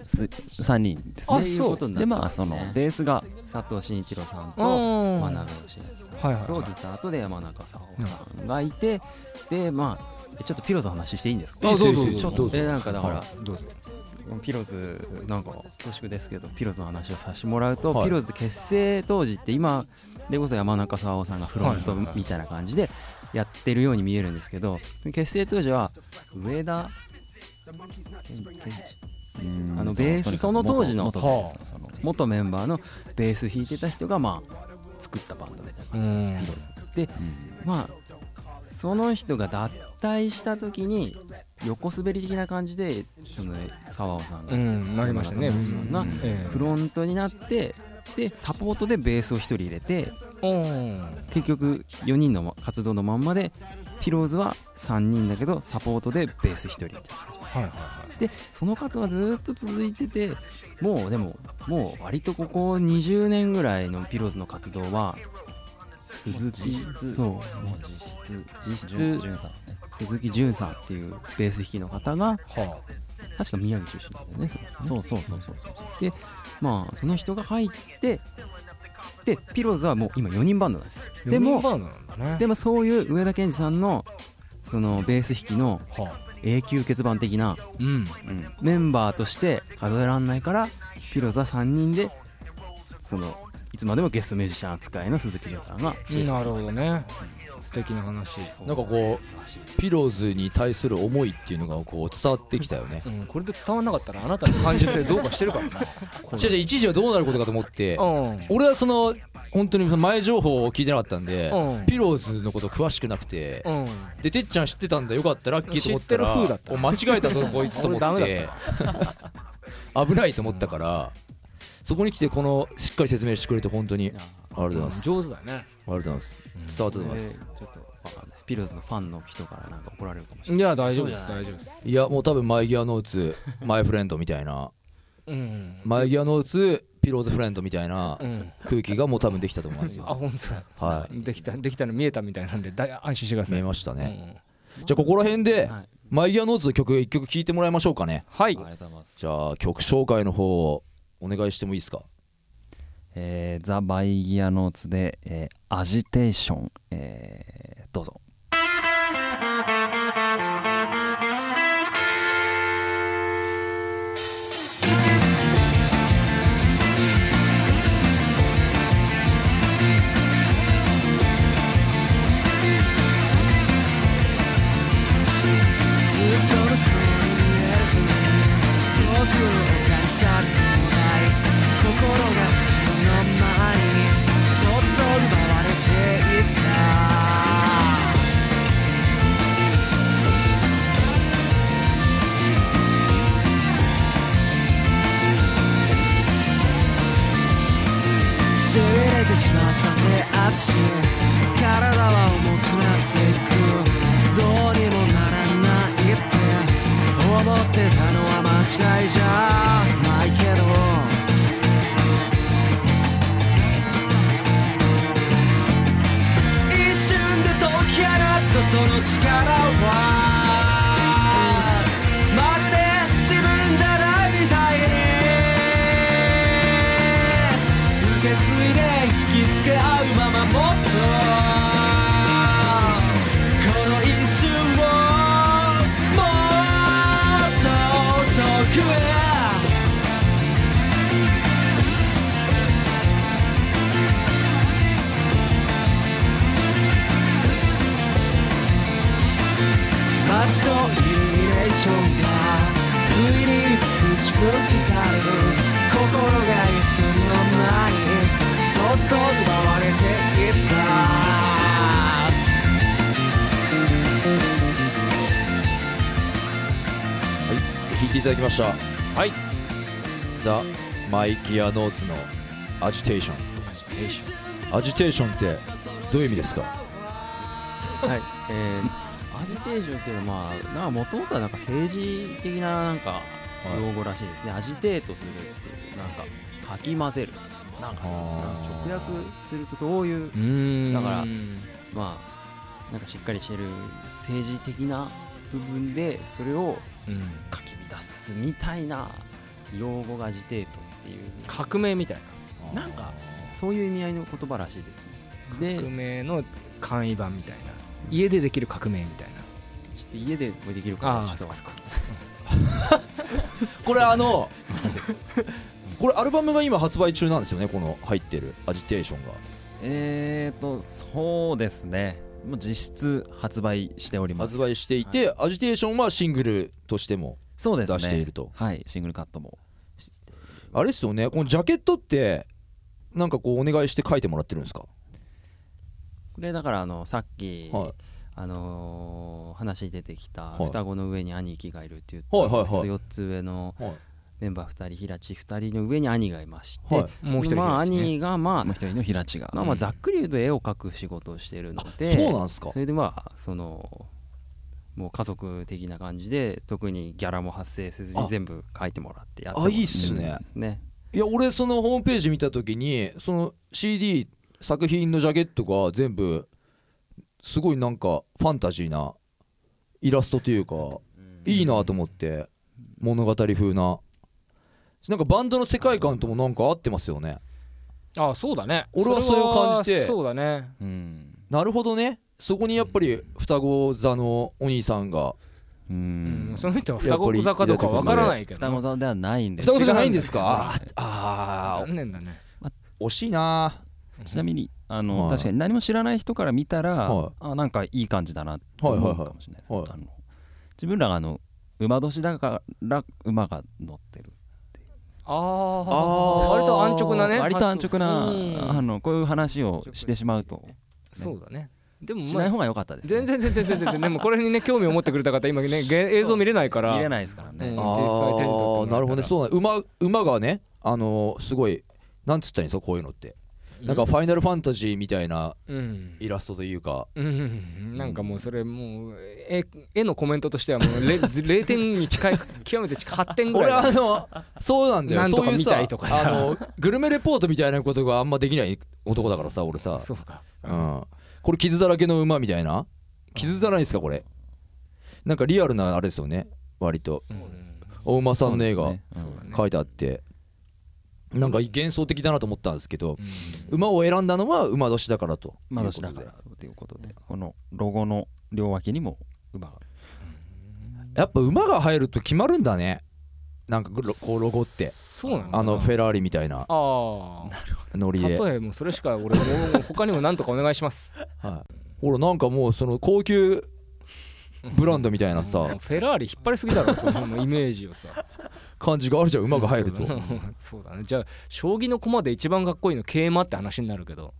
Speaker 5: 3人です
Speaker 3: あ
Speaker 5: ね
Speaker 4: っていう
Speaker 3: そう
Speaker 4: ことにな
Speaker 5: で
Speaker 4: って
Speaker 5: まあ
Speaker 4: す
Speaker 5: そ
Speaker 4: ね
Speaker 5: のベースが
Speaker 4: 佐藤慎一郎さんと
Speaker 3: うん
Speaker 4: 真鍋義明
Speaker 3: はい
Speaker 4: さ
Speaker 3: はいは
Speaker 4: ん
Speaker 3: い
Speaker 4: とギターとで山中さんがいてでまあえちょっとピローズの話していいんですか
Speaker 1: あどうぞ
Speaker 4: いいですよ
Speaker 1: どうぞ
Speaker 4: ちょっとえなんかだから
Speaker 3: どうぞ
Speaker 4: ピローズなんか恐縮ですけどピローズの話をさせてもらうと、
Speaker 1: はい
Speaker 4: ピローズ結成当時って今でこそ山中沙央さんがフロント
Speaker 3: はいはいはい
Speaker 4: みたいな感じでやってるように見えるんですけど結成当時は上田あのベースその当時の
Speaker 5: 元
Speaker 3: はあ
Speaker 4: その元メンバーのベース弾いてた人がまあ作ったバンドみたいな
Speaker 3: う
Speaker 4: 感じ
Speaker 3: ん
Speaker 4: ピローズでまあその人が脱退した時に横滑り的な感じでその沢尾さんが
Speaker 3: うんなりましたね
Speaker 4: 山中沙央さんが
Speaker 3: え
Speaker 4: フロントになってでサポートでベースを1人入れて
Speaker 3: えうん
Speaker 4: 結局4人の活動のまんまでピローズは3人だけどサポートでベース1人
Speaker 3: はいはいはい
Speaker 4: でその方はずっと続いててもうでももう割とここ20年ぐらいのピローズの活動は鈴木そう実質鈴木潤さんっていうベース弾きの方が
Speaker 3: は
Speaker 4: 確か宮城出身なんだよねその人ね
Speaker 5: そうそうそうそうそう
Speaker 4: まあその人が入ってでピローズはもう今4人バンドなんです
Speaker 3: あ
Speaker 4: でも
Speaker 3: 四人バンドなんだね
Speaker 4: でもそういう上田健二さんのそのベース弾きの
Speaker 3: はあ
Speaker 4: 永久欠番的な
Speaker 3: うん
Speaker 4: メンバーとして数えらんないからピローズは3人でそのいつまでもゲストミュージシャン扱いの鈴木潤さんがベース
Speaker 3: なるほどね素敵な話
Speaker 1: なんかこうピローズに対する思いっていうのがこう伝わってきたよ ね
Speaker 3: うん、これで伝わんなかったらあなたの感受性どうかしてるからな
Speaker 1: じゃじゃ一時はどうなることかと思って
Speaker 3: うん
Speaker 1: 俺はその本当にその前情報を聞いてなかったんで、
Speaker 3: うん
Speaker 1: ピローズのこと詳しくなくて、
Speaker 3: うん
Speaker 1: でてっちゃん知ってたんだよかったラッキーと思ったら
Speaker 3: 知ってる風だった
Speaker 1: お間違えたぞ こいつと思っ
Speaker 3: 俺ダ
Speaker 1: て
Speaker 3: メ
Speaker 1: 危ないと思ったから、そこに来てこのしっかり説明してくれて本当にありがとうございます、
Speaker 3: 上手だね
Speaker 1: ありがとうございます伝わったと思います、
Speaker 4: でちょっとわかんないですピローズのファンの人からなんか怒られるかもしれない
Speaker 3: いや大丈夫です大丈夫です
Speaker 1: いやもう多分マイギアノーツマイフレンドみたいな
Speaker 3: うん
Speaker 1: マイギアノーツピローズフレンドみたいな
Speaker 3: うん
Speaker 1: 空気がもう多分できたと思います
Speaker 3: あ
Speaker 1: よ、
Speaker 3: 本当だ
Speaker 1: はい
Speaker 3: できたできたの見えたみたいなんでだい安心してくださ
Speaker 1: 見
Speaker 3: い
Speaker 1: えましたね、じゃあここら辺で、
Speaker 4: はい
Speaker 1: マイギアノーツの曲一曲聴いてもらいましょうかね
Speaker 3: はい
Speaker 5: ありがとうございます
Speaker 1: じゃあ曲紹介の方をお願いしてもいいですか
Speaker 5: えーザ・バイギアノーツで、えーアジテーション、えーどうぞ
Speaker 7: ずっとの声になる遠くをかかる友達心がいつの間にそっと奪われていったしびれてしまった手足体は重くなっていくどうにもならないって思ってたのは間違いじゃないけど一瞬で解き放ったその力はまるで自分じゃないみたいに受け継いで引きつけ合うままもっとこの一瞬をもっと遠くへ街のイルミネーションが不意に美しく光る心がいつの間にそっと奪われていった
Speaker 1: だきました
Speaker 3: はい
Speaker 1: ザ・マイギアノーツのアジテーションアジテーションってどういう意味ですか
Speaker 4: はい、えー、アジテーションっていうのは、まあ、なんか元々はなんか政治的ななんか
Speaker 1: い
Speaker 4: 用語らしいですね、アジテートするっていう、なんか、かき混ぜる、なんかそう、
Speaker 1: あー
Speaker 4: なんか直訳するとそういう、
Speaker 3: うん
Speaker 4: だからまあ、なんかしっかりしてる政治的な部分で、それをかき乱すみたいな用語がアジテートっていう、
Speaker 3: 革命みたい
Speaker 4: なんかそういう意味合いの言葉らしいです
Speaker 3: な
Speaker 4: ね。で
Speaker 3: 革命の簡易版みたいな家でできる革命みたいな
Speaker 4: ちょっと家でもできるから
Speaker 3: ああ
Speaker 4: ち
Speaker 3: そ
Speaker 4: ょ
Speaker 3: う
Speaker 4: っ
Speaker 3: か
Speaker 4: と
Speaker 3: そうか
Speaker 1: これあのこれアルバムが今発売中なんですよねこの入ってるアジテーションが
Speaker 5: えーと、そうですね。もう実質発売しております。
Speaker 1: 発売していて、アジテーションはシングルとしても
Speaker 5: そうですね。
Speaker 1: 出していると
Speaker 5: はい、シングルカットも。
Speaker 1: あれですよねこのジャケットってなんかこうお願いして書いてもらってるんですか
Speaker 4: これだからあのさっき、
Speaker 1: はい
Speaker 4: あのー話に出てきた
Speaker 1: はい
Speaker 4: 双子の上に兄貴がいるっていう
Speaker 1: はいはいはい
Speaker 4: 4つ上の
Speaker 1: はい
Speaker 4: メンバー2人平地2人の上に兄がいまして、
Speaker 1: はい
Speaker 3: もう一人いる
Speaker 4: まあ
Speaker 3: やつね
Speaker 4: 兄がまあ、
Speaker 5: もう一人の平地が。
Speaker 4: まあ、まあざっくり言うと絵を描く仕事をしてるので
Speaker 1: そうなんですか
Speaker 4: それでまあそのもう家族的な感じで特にギャラも発生せず
Speaker 1: あ
Speaker 4: に全部描いてもらってやって
Speaker 1: あ
Speaker 4: もらって
Speaker 1: いいっすね
Speaker 4: るんですね
Speaker 1: いや俺そのホームページ見た時にその CD 作品のジャケットが全部すごいなんかファンタジーなイラストというかいいなと思って物語風ななんかバンドの世界観ともなんか合ってますよね
Speaker 3: ああそうだね
Speaker 1: 俺はそれを感じて
Speaker 3: それはそうだね
Speaker 5: うん。
Speaker 1: なるほどねそこにやっぱり双子座のお兄さんが
Speaker 5: う
Speaker 3: うん
Speaker 5: ん。
Speaker 3: その人は双子座かどうかわからないけど
Speaker 5: 双子座ではないんです
Speaker 1: 双子座じゃないんですかああ
Speaker 3: 残念だね
Speaker 1: 惜しいな
Speaker 5: ちなみにあの、
Speaker 1: はい
Speaker 5: 確かに何も知らない人から見たら、
Speaker 1: はい
Speaker 5: あなんかいい感じだなと思うかもしれないです、
Speaker 1: はいはいは
Speaker 5: あの自分らがあの馬年だから馬が乗ってる、
Speaker 3: ああ
Speaker 1: ー
Speaker 3: 割と安直なね
Speaker 5: 割と安直な、
Speaker 3: うん
Speaker 5: あのこういう話をしてしまうと
Speaker 3: そうだねでも
Speaker 5: し
Speaker 3: ま
Speaker 5: ない
Speaker 3: あ
Speaker 5: 方が良かったです、ね、
Speaker 3: 全然全然全然全然でもこれにね興味を持ってくれた方今 ねげ映像見れないから
Speaker 5: 見れないですからね、
Speaker 3: うん
Speaker 1: あ
Speaker 3: 実際手に取ってもらった
Speaker 1: ー
Speaker 3: ら
Speaker 1: なるほどねそうだ馬馬がねあのーすごいなんつったらいいんですかこういうのってなんかファイナルファンタジーみたいな
Speaker 3: うん
Speaker 1: イラストというか
Speaker 3: うんなんかもうそれもう絵絵のコメントとしてはもうれず0点に近い極めて近い8点ぐ
Speaker 1: 俺
Speaker 3: らい
Speaker 1: あ
Speaker 3: だね
Speaker 1: のそうなんだよ
Speaker 3: なんとか
Speaker 1: そういう
Speaker 3: 見たいとか
Speaker 1: あ
Speaker 3: さ
Speaker 1: のグルメレポートみたいなことがあんまできない男だからさ俺さ
Speaker 3: そうか
Speaker 1: うん、これ傷だらけの馬みたいな傷だらいですかこれなんかリアルなあれですよね割と
Speaker 3: うん
Speaker 1: お馬さんの絵が
Speaker 5: そうですね
Speaker 1: 書いてあってなんか幻想的だなと思ったんですけど馬を選んだのは馬年だからと
Speaker 5: うん馬年だからということでこのロゴの両脇にも馬が
Speaker 1: やっぱ馬が入ると決まるんだねなんかロこうロゴって
Speaker 3: そうなのかな
Speaker 1: あのフェラーリみたいな
Speaker 3: あ
Speaker 1: ノリ
Speaker 3: あ
Speaker 1: で、
Speaker 3: 例えもうそれしか俺もうもう他にも何とかお願いし ます
Speaker 1: はい、ほらなんかもうその高級ブランドみたいな
Speaker 3: も
Speaker 1: さ
Speaker 3: うフェラーリ引っ張りすぎだろそ のもうイメージをさ
Speaker 1: 感じがあるじゃん馬が入ると
Speaker 3: そうだねそうだねじゃあ将棋の駒で一番かっこいいの桂馬って話になるけど、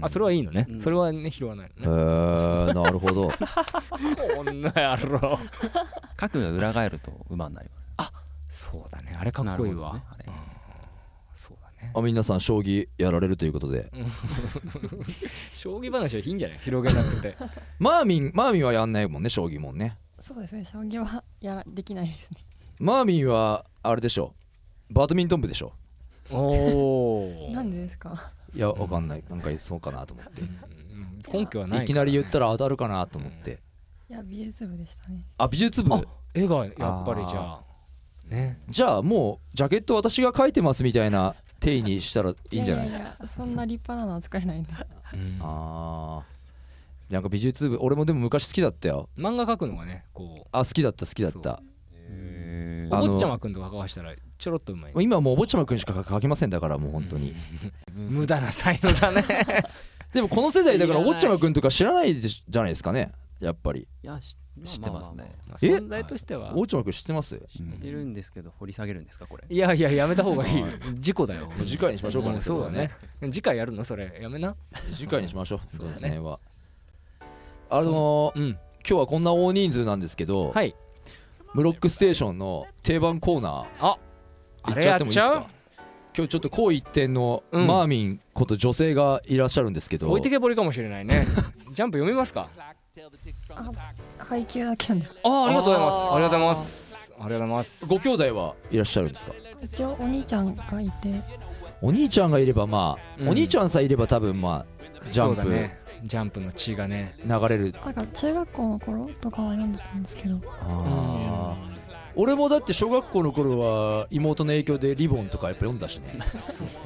Speaker 3: あそれはいいのね、
Speaker 4: うん
Speaker 3: それはね拾わない
Speaker 1: へえ
Speaker 3: のね、
Speaker 1: ー、なるほど
Speaker 3: こんな野郎
Speaker 5: 角が裏返ると馬になります
Speaker 3: そうだねあれかっこいいわ、
Speaker 5: なるほどねあれ
Speaker 3: そうだね
Speaker 1: あ皆さん将棋やられるということで
Speaker 3: 将棋話はいいんじゃない広げな くて
Speaker 1: マーミンマーミンはやんないもんね将棋もんね
Speaker 6: そうですね将棋はやらできないですね
Speaker 1: マーミンはあれでしょバドミントン部でしょ
Speaker 3: おお
Speaker 6: なんでですか
Speaker 1: いやわかんないなんかそうかなと思って
Speaker 3: 根拠はな
Speaker 1: い
Speaker 3: い
Speaker 1: きなり言ったら当たるかなと思って
Speaker 6: いや美術部でしたね
Speaker 1: あ美術部
Speaker 3: 絵がやっぱりじゃあね
Speaker 1: じゃあもうジャケット私が書いてますみたいな定位にしたらいいんじゃない
Speaker 6: やいやいやそんな立派なのは作れないんで
Speaker 1: あーなんか美術部俺もでも昔好きだったよ
Speaker 3: 漫画描くのがねこ
Speaker 1: あ好きだった好きだった
Speaker 3: う
Speaker 1: あの
Speaker 3: お坊ちゃまくんとかわしたらちょろっとうまい
Speaker 1: 今はもうお坊ちゃまくんしか書けませんだからもう本当に、
Speaker 3: 無駄な才能だね
Speaker 1: でもこの世代だからお坊ちゃまくんとか知らないでしじゃないですかねやっぱり
Speaker 4: いやし
Speaker 5: 知ってますね
Speaker 3: まあ
Speaker 1: え
Speaker 3: 存在としては
Speaker 1: お坊ちゃまくん知ってます
Speaker 4: 知ってるんですけど掘り下げるんですかこれ
Speaker 3: いやいややめた方がいい事故だよ
Speaker 1: 次回にしましょうかね
Speaker 3: んそうだね次回やるのそれやめな
Speaker 1: 次回にしましょう
Speaker 3: そうだね
Speaker 1: この辺はあのー
Speaker 3: うん
Speaker 1: 今日はこんな大人数なんですけど、
Speaker 3: はい
Speaker 1: ムロックステーションの定番コーナー
Speaker 3: あ
Speaker 1: 行っ
Speaker 3: れ
Speaker 1: ちゃ
Speaker 3: や
Speaker 1: っ
Speaker 3: って
Speaker 1: もいい
Speaker 3: ち
Speaker 1: です
Speaker 3: ゃ
Speaker 1: か
Speaker 3: う
Speaker 1: 今日ちょっと紅一点の
Speaker 3: うん
Speaker 1: マーミンこと女性がいらっしゃるんですけど、
Speaker 3: 置いてけぼりかもしれな いねジャンプ読みますか
Speaker 6: 配給だけなんだ
Speaker 3: ああありがとうございますありがとうございますありがとうございます
Speaker 1: ご兄弟はいらっしゃるんですか
Speaker 6: 一応お兄ちゃんがいて
Speaker 1: お兄ちゃんがいればまあ、
Speaker 3: うん
Speaker 1: お兄ちゃんさえいれば多分まあジャン
Speaker 3: そうだ
Speaker 1: プ
Speaker 3: ねジャンプの血がね
Speaker 1: 流れる、
Speaker 6: だから中学校の頃とかは読んでたんですけど
Speaker 1: あー俺もだって小学校の頃は妹の影響でリボンとかやっぱ読んだしね、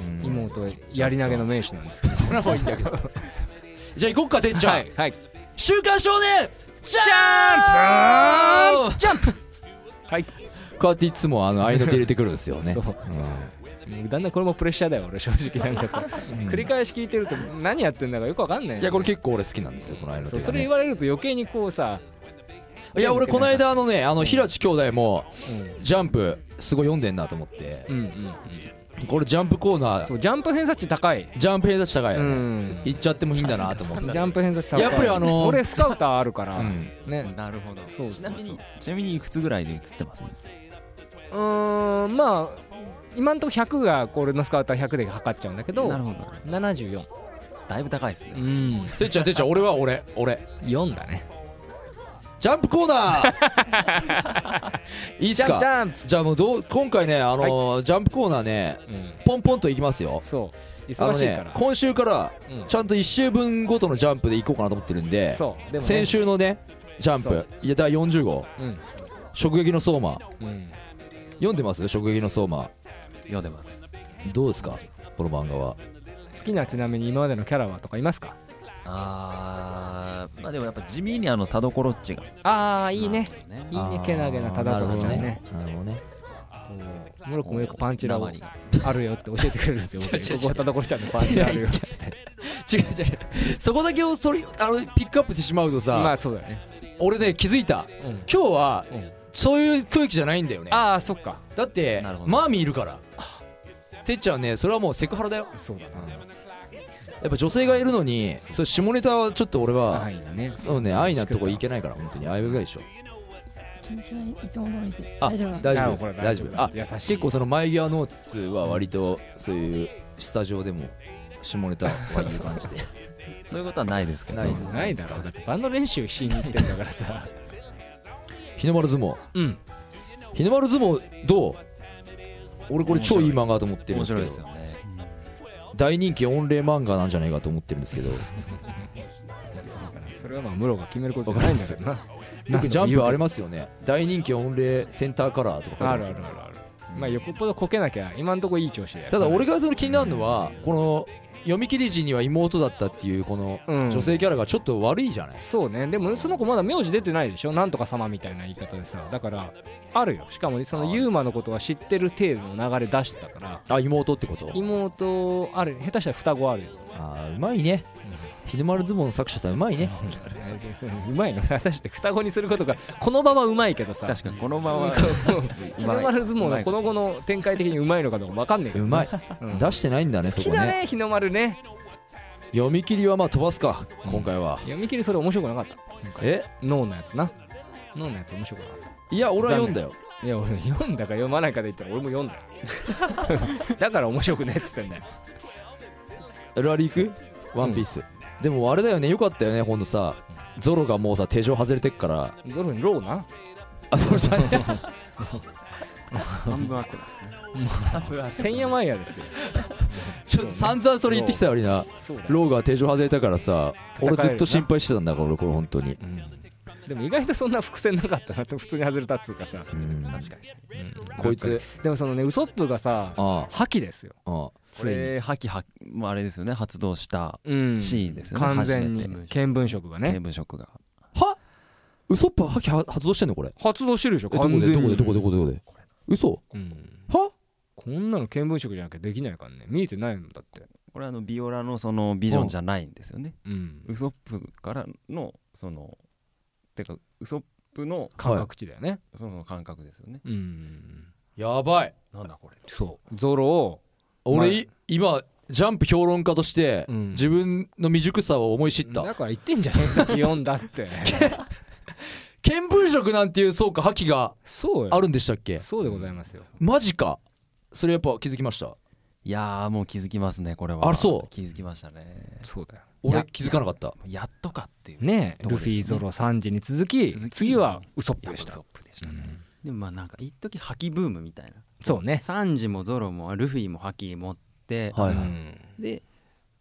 Speaker 1: うん
Speaker 3: 妹はやり投げの名手なんですけど
Speaker 1: それはもういいん だけどじゃあ行こっかてっちゃん、
Speaker 3: はいはい
Speaker 1: 週刊少年ジャンプ
Speaker 3: ジャンプはい
Speaker 1: こうやっていつもあの合いの手入れてくるんですよね
Speaker 3: そう
Speaker 1: う
Speaker 3: だんだんこれもプレッシャーだよ俺正直なんかさ
Speaker 1: ん
Speaker 3: 繰り返し聞いてると何やってんだかよくわかんない
Speaker 1: いやこれ結構俺好きなんですよこの合いの手
Speaker 3: そう
Speaker 1: が
Speaker 3: それ
Speaker 1: ね
Speaker 3: 言われると余計にこうさ
Speaker 1: いや俺この間あのねあの平地兄弟も
Speaker 3: うん
Speaker 1: ジャンプすごい読んでんなと思って
Speaker 3: うんうん
Speaker 1: これジャンプコーナ
Speaker 3: そ
Speaker 1: ー
Speaker 3: うジャンプ偏差値高い
Speaker 1: ジャンプ偏差値高いよ
Speaker 3: う
Speaker 1: ね
Speaker 3: ん
Speaker 1: 行っちゃってもいいんだなと思って
Speaker 3: ジャンプ偏差値高い
Speaker 1: やっぱりあのー
Speaker 3: 俺スカウターあるから
Speaker 1: うん
Speaker 3: ね
Speaker 5: なるほど
Speaker 3: そうそうそう
Speaker 5: ちなみにいくつぐらいで映ってます
Speaker 3: うーんまあ今んとこ100がこれのスカウター100で測っちゃうんだけど
Speaker 5: なるほど
Speaker 3: 74
Speaker 5: だいぶ高いで
Speaker 3: う
Speaker 5: すね
Speaker 3: ん
Speaker 1: てっちゃんてっちゃん俺は俺俺
Speaker 3: 4だね
Speaker 1: ジャンプコーナー いいっ
Speaker 3: ジ
Speaker 1: す
Speaker 3: ャンプジ
Speaker 1: か
Speaker 3: ャンプ
Speaker 1: じゃあもうどう今回ねあのージャンプコーナーね
Speaker 3: うん
Speaker 1: ポンポンといきますよ
Speaker 3: そう
Speaker 1: あの
Speaker 3: 忙しいか
Speaker 1: ね
Speaker 3: ら
Speaker 1: 今週から
Speaker 3: うん
Speaker 1: ちゃんと1週分ごとのジャンプでいこうかなと思ってるんで
Speaker 3: そうでもね
Speaker 1: 先週のねジャン
Speaker 3: そう
Speaker 1: プいや第40号
Speaker 3: うん
Speaker 1: 直撃の相馬
Speaker 3: うん
Speaker 1: 読んでます直撃の相馬
Speaker 5: 読んでます
Speaker 1: どうですかこの漫画は
Speaker 3: 好きなちなみに今までのキャラはとかいますか
Speaker 5: あーまあでもやっぱ地味にあの田所っちが
Speaker 3: ああいいねいい
Speaker 1: あ
Speaker 3: ね
Speaker 1: ー
Speaker 3: けなげなただこちゃんね
Speaker 1: なるほどね
Speaker 3: ムロ君もよくパンチラを
Speaker 5: 鉛が
Speaker 3: あるよって教えてくれるん ですよ
Speaker 1: 違う違う違う
Speaker 3: 僕ここ田所ちゃんのパンチラあるよ っつって
Speaker 1: 違う違う違うそこだけを取りあのピックアップしてしまうとさ、
Speaker 3: まあそうだよね
Speaker 1: 俺ね気づいた
Speaker 3: うん
Speaker 1: 今日は、
Speaker 3: うん
Speaker 1: そういう空気じゃないんだよね
Speaker 3: ああそっか
Speaker 1: だって
Speaker 5: なるほど
Speaker 1: マーミーいるからてっちゃんはねそれはもうセクハラだよ
Speaker 3: そうだな
Speaker 1: やっぱ女性がいるのにそう下ネタはちょっと俺は、
Speaker 3: はいだね
Speaker 1: そうね愛なとこいけないから本当にああいうぐらいでしょ
Speaker 6: 気にしないいつも通りで
Speaker 1: あ
Speaker 6: 大丈夫なんで
Speaker 1: 大
Speaker 3: な
Speaker 1: 丈
Speaker 3: るほどこ
Speaker 1: 夫
Speaker 3: れ
Speaker 1: 大丈夫あ
Speaker 3: だ優しい
Speaker 1: 結構そのマイギアノーツは割とそういうスタジオでも下ネタはいう感じで
Speaker 5: そういうことはないですけど
Speaker 1: ない
Speaker 3: ないだろだってバンド練習しに行ってんだからさ
Speaker 1: 日の丸相撲
Speaker 3: うん
Speaker 1: 日の丸相撲どう俺これ超いい漫画だと思ってるんで
Speaker 5: 面
Speaker 1: す
Speaker 5: 白
Speaker 1: けど
Speaker 5: いですよね
Speaker 1: 大人気御礼漫画なんじゃないかと思ってるんですけど
Speaker 3: それはまあムロが決めることじゃないんだけどな
Speaker 1: よくジャンプありますよね大人気御礼センターカラーとか書いて
Speaker 3: あ
Speaker 1: ます
Speaker 3: る
Speaker 1: よ
Speaker 3: あるあるあるまあよっぽどこけなきゃ今んとこいい調子だよ
Speaker 1: ただ俺
Speaker 3: が
Speaker 1: がその気になるのはこの読み切り時には妹だったっていうこの
Speaker 3: うん
Speaker 1: 女性キャラがちょっと悪いじゃない
Speaker 3: そうねでもその子まだ名字出てないでしょなんとか様みたいな言い方でさだからあるよしかもそのユーマのことは知ってる程度の流れ出してたから
Speaker 1: あ妹ってこと
Speaker 3: 妹ある下手したら双子あるよ
Speaker 1: あーうまいね日の丸相撲の作者さんうまいね
Speaker 3: うまいの果たして双子にすることがこの場はうまいけどさ
Speaker 5: 確かにこのまま
Speaker 3: 日の丸相撲のこの後の展開的にうまいのかどうか分かんないけ
Speaker 1: う
Speaker 3: ど
Speaker 1: まい
Speaker 3: うん
Speaker 1: 出してないんだね
Speaker 3: 好
Speaker 1: そ
Speaker 3: き
Speaker 1: こ
Speaker 3: だ
Speaker 1: ね
Speaker 3: ね日の丸ね
Speaker 1: 読み切りはまあ飛ばすか今回は
Speaker 3: 読み切りそれ面白くなかった
Speaker 1: え
Speaker 3: 脳のやつな脳のやつ面白くなかっ
Speaker 1: いや俺は読んだよ
Speaker 3: たいや俺読んだか読まないかで言ったら俺も読んだよだから面白くないっつってんだよ
Speaker 1: ラリークワンピースでもあれだよねよかったよねほんとさゾロがもうさ手錠外れてっから
Speaker 3: ゾロにローな
Speaker 1: あゾロ じゃねえ
Speaker 4: 半分あって
Speaker 3: てんやまんやですよ
Speaker 1: ちょっと散々それ言ってきたよりな
Speaker 3: そうだよ、
Speaker 1: ローが手錠外れたからさ俺ずっと
Speaker 3: 戦
Speaker 1: 心
Speaker 3: える
Speaker 1: 配してたんだから俺これ本当に
Speaker 3: うん、でも意外とそんな伏線なかったなって普通に外れたっつうかさ
Speaker 1: うん
Speaker 5: 確かに
Speaker 1: こいつ
Speaker 3: でもそのねウソップがさ
Speaker 1: あ
Speaker 3: 覇気ですよ
Speaker 1: あああ
Speaker 5: こ
Speaker 3: ついに、
Speaker 5: れ覇気覇気もうあれですよね発動した
Speaker 3: うん
Speaker 5: シーンですよね
Speaker 3: 完全
Speaker 5: 初め
Speaker 3: に
Speaker 5: て
Speaker 3: 見聞色がね
Speaker 5: 刑務職が
Speaker 1: はウソップは覇気は発動してんのこれ
Speaker 3: 発動してるでしょ
Speaker 1: えどこで
Speaker 3: 完全に
Speaker 1: どこでどこでどこで嘘
Speaker 3: うん
Speaker 1: は
Speaker 3: こんなの見聞色じゃなきゃできないからね見えてないもんだって
Speaker 5: これあのビオラのそのビジョンじゃないんですよね
Speaker 3: うん
Speaker 5: ウソップからのそのてかウソップの
Speaker 3: 感覚値だよね、
Speaker 5: その感覚ですよね
Speaker 3: うん
Speaker 1: やばい
Speaker 5: なんだこれ
Speaker 3: そうゾロを
Speaker 1: 俺、
Speaker 3: まあ
Speaker 1: い今ジャンプ評論家として、
Speaker 3: うん
Speaker 1: 自分の未熟さを思い知った
Speaker 3: だから言ってんじゃねえさっき読んだって
Speaker 1: け見聞色なんていうそうか覇気が
Speaker 3: そうよ
Speaker 1: あるんでしたっけ
Speaker 3: そうでございますよ
Speaker 1: マジかそれやっぱ気づきました
Speaker 5: いやーもう気づきますねこれは
Speaker 1: あそう
Speaker 5: 気づきましたね
Speaker 3: そうだよ
Speaker 1: 俺気づかなかった
Speaker 5: やっとかっていう
Speaker 3: ねえ
Speaker 5: どう
Speaker 3: ル
Speaker 5: でし
Speaker 3: フ
Speaker 5: ょうね
Speaker 3: ィゾロ3時に続き
Speaker 5: 続き
Speaker 3: 次はウソップ
Speaker 5: やっ
Speaker 3: でし
Speaker 5: ぱ
Speaker 3: た
Speaker 5: ゾップでしたね
Speaker 4: でもまあなんか一時覇気ブームみたいな
Speaker 3: そうね
Speaker 4: サンジもゾロもルフィも覇気持って、
Speaker 1: はいうはい
Speaker 3: ん
Speaker 4: で、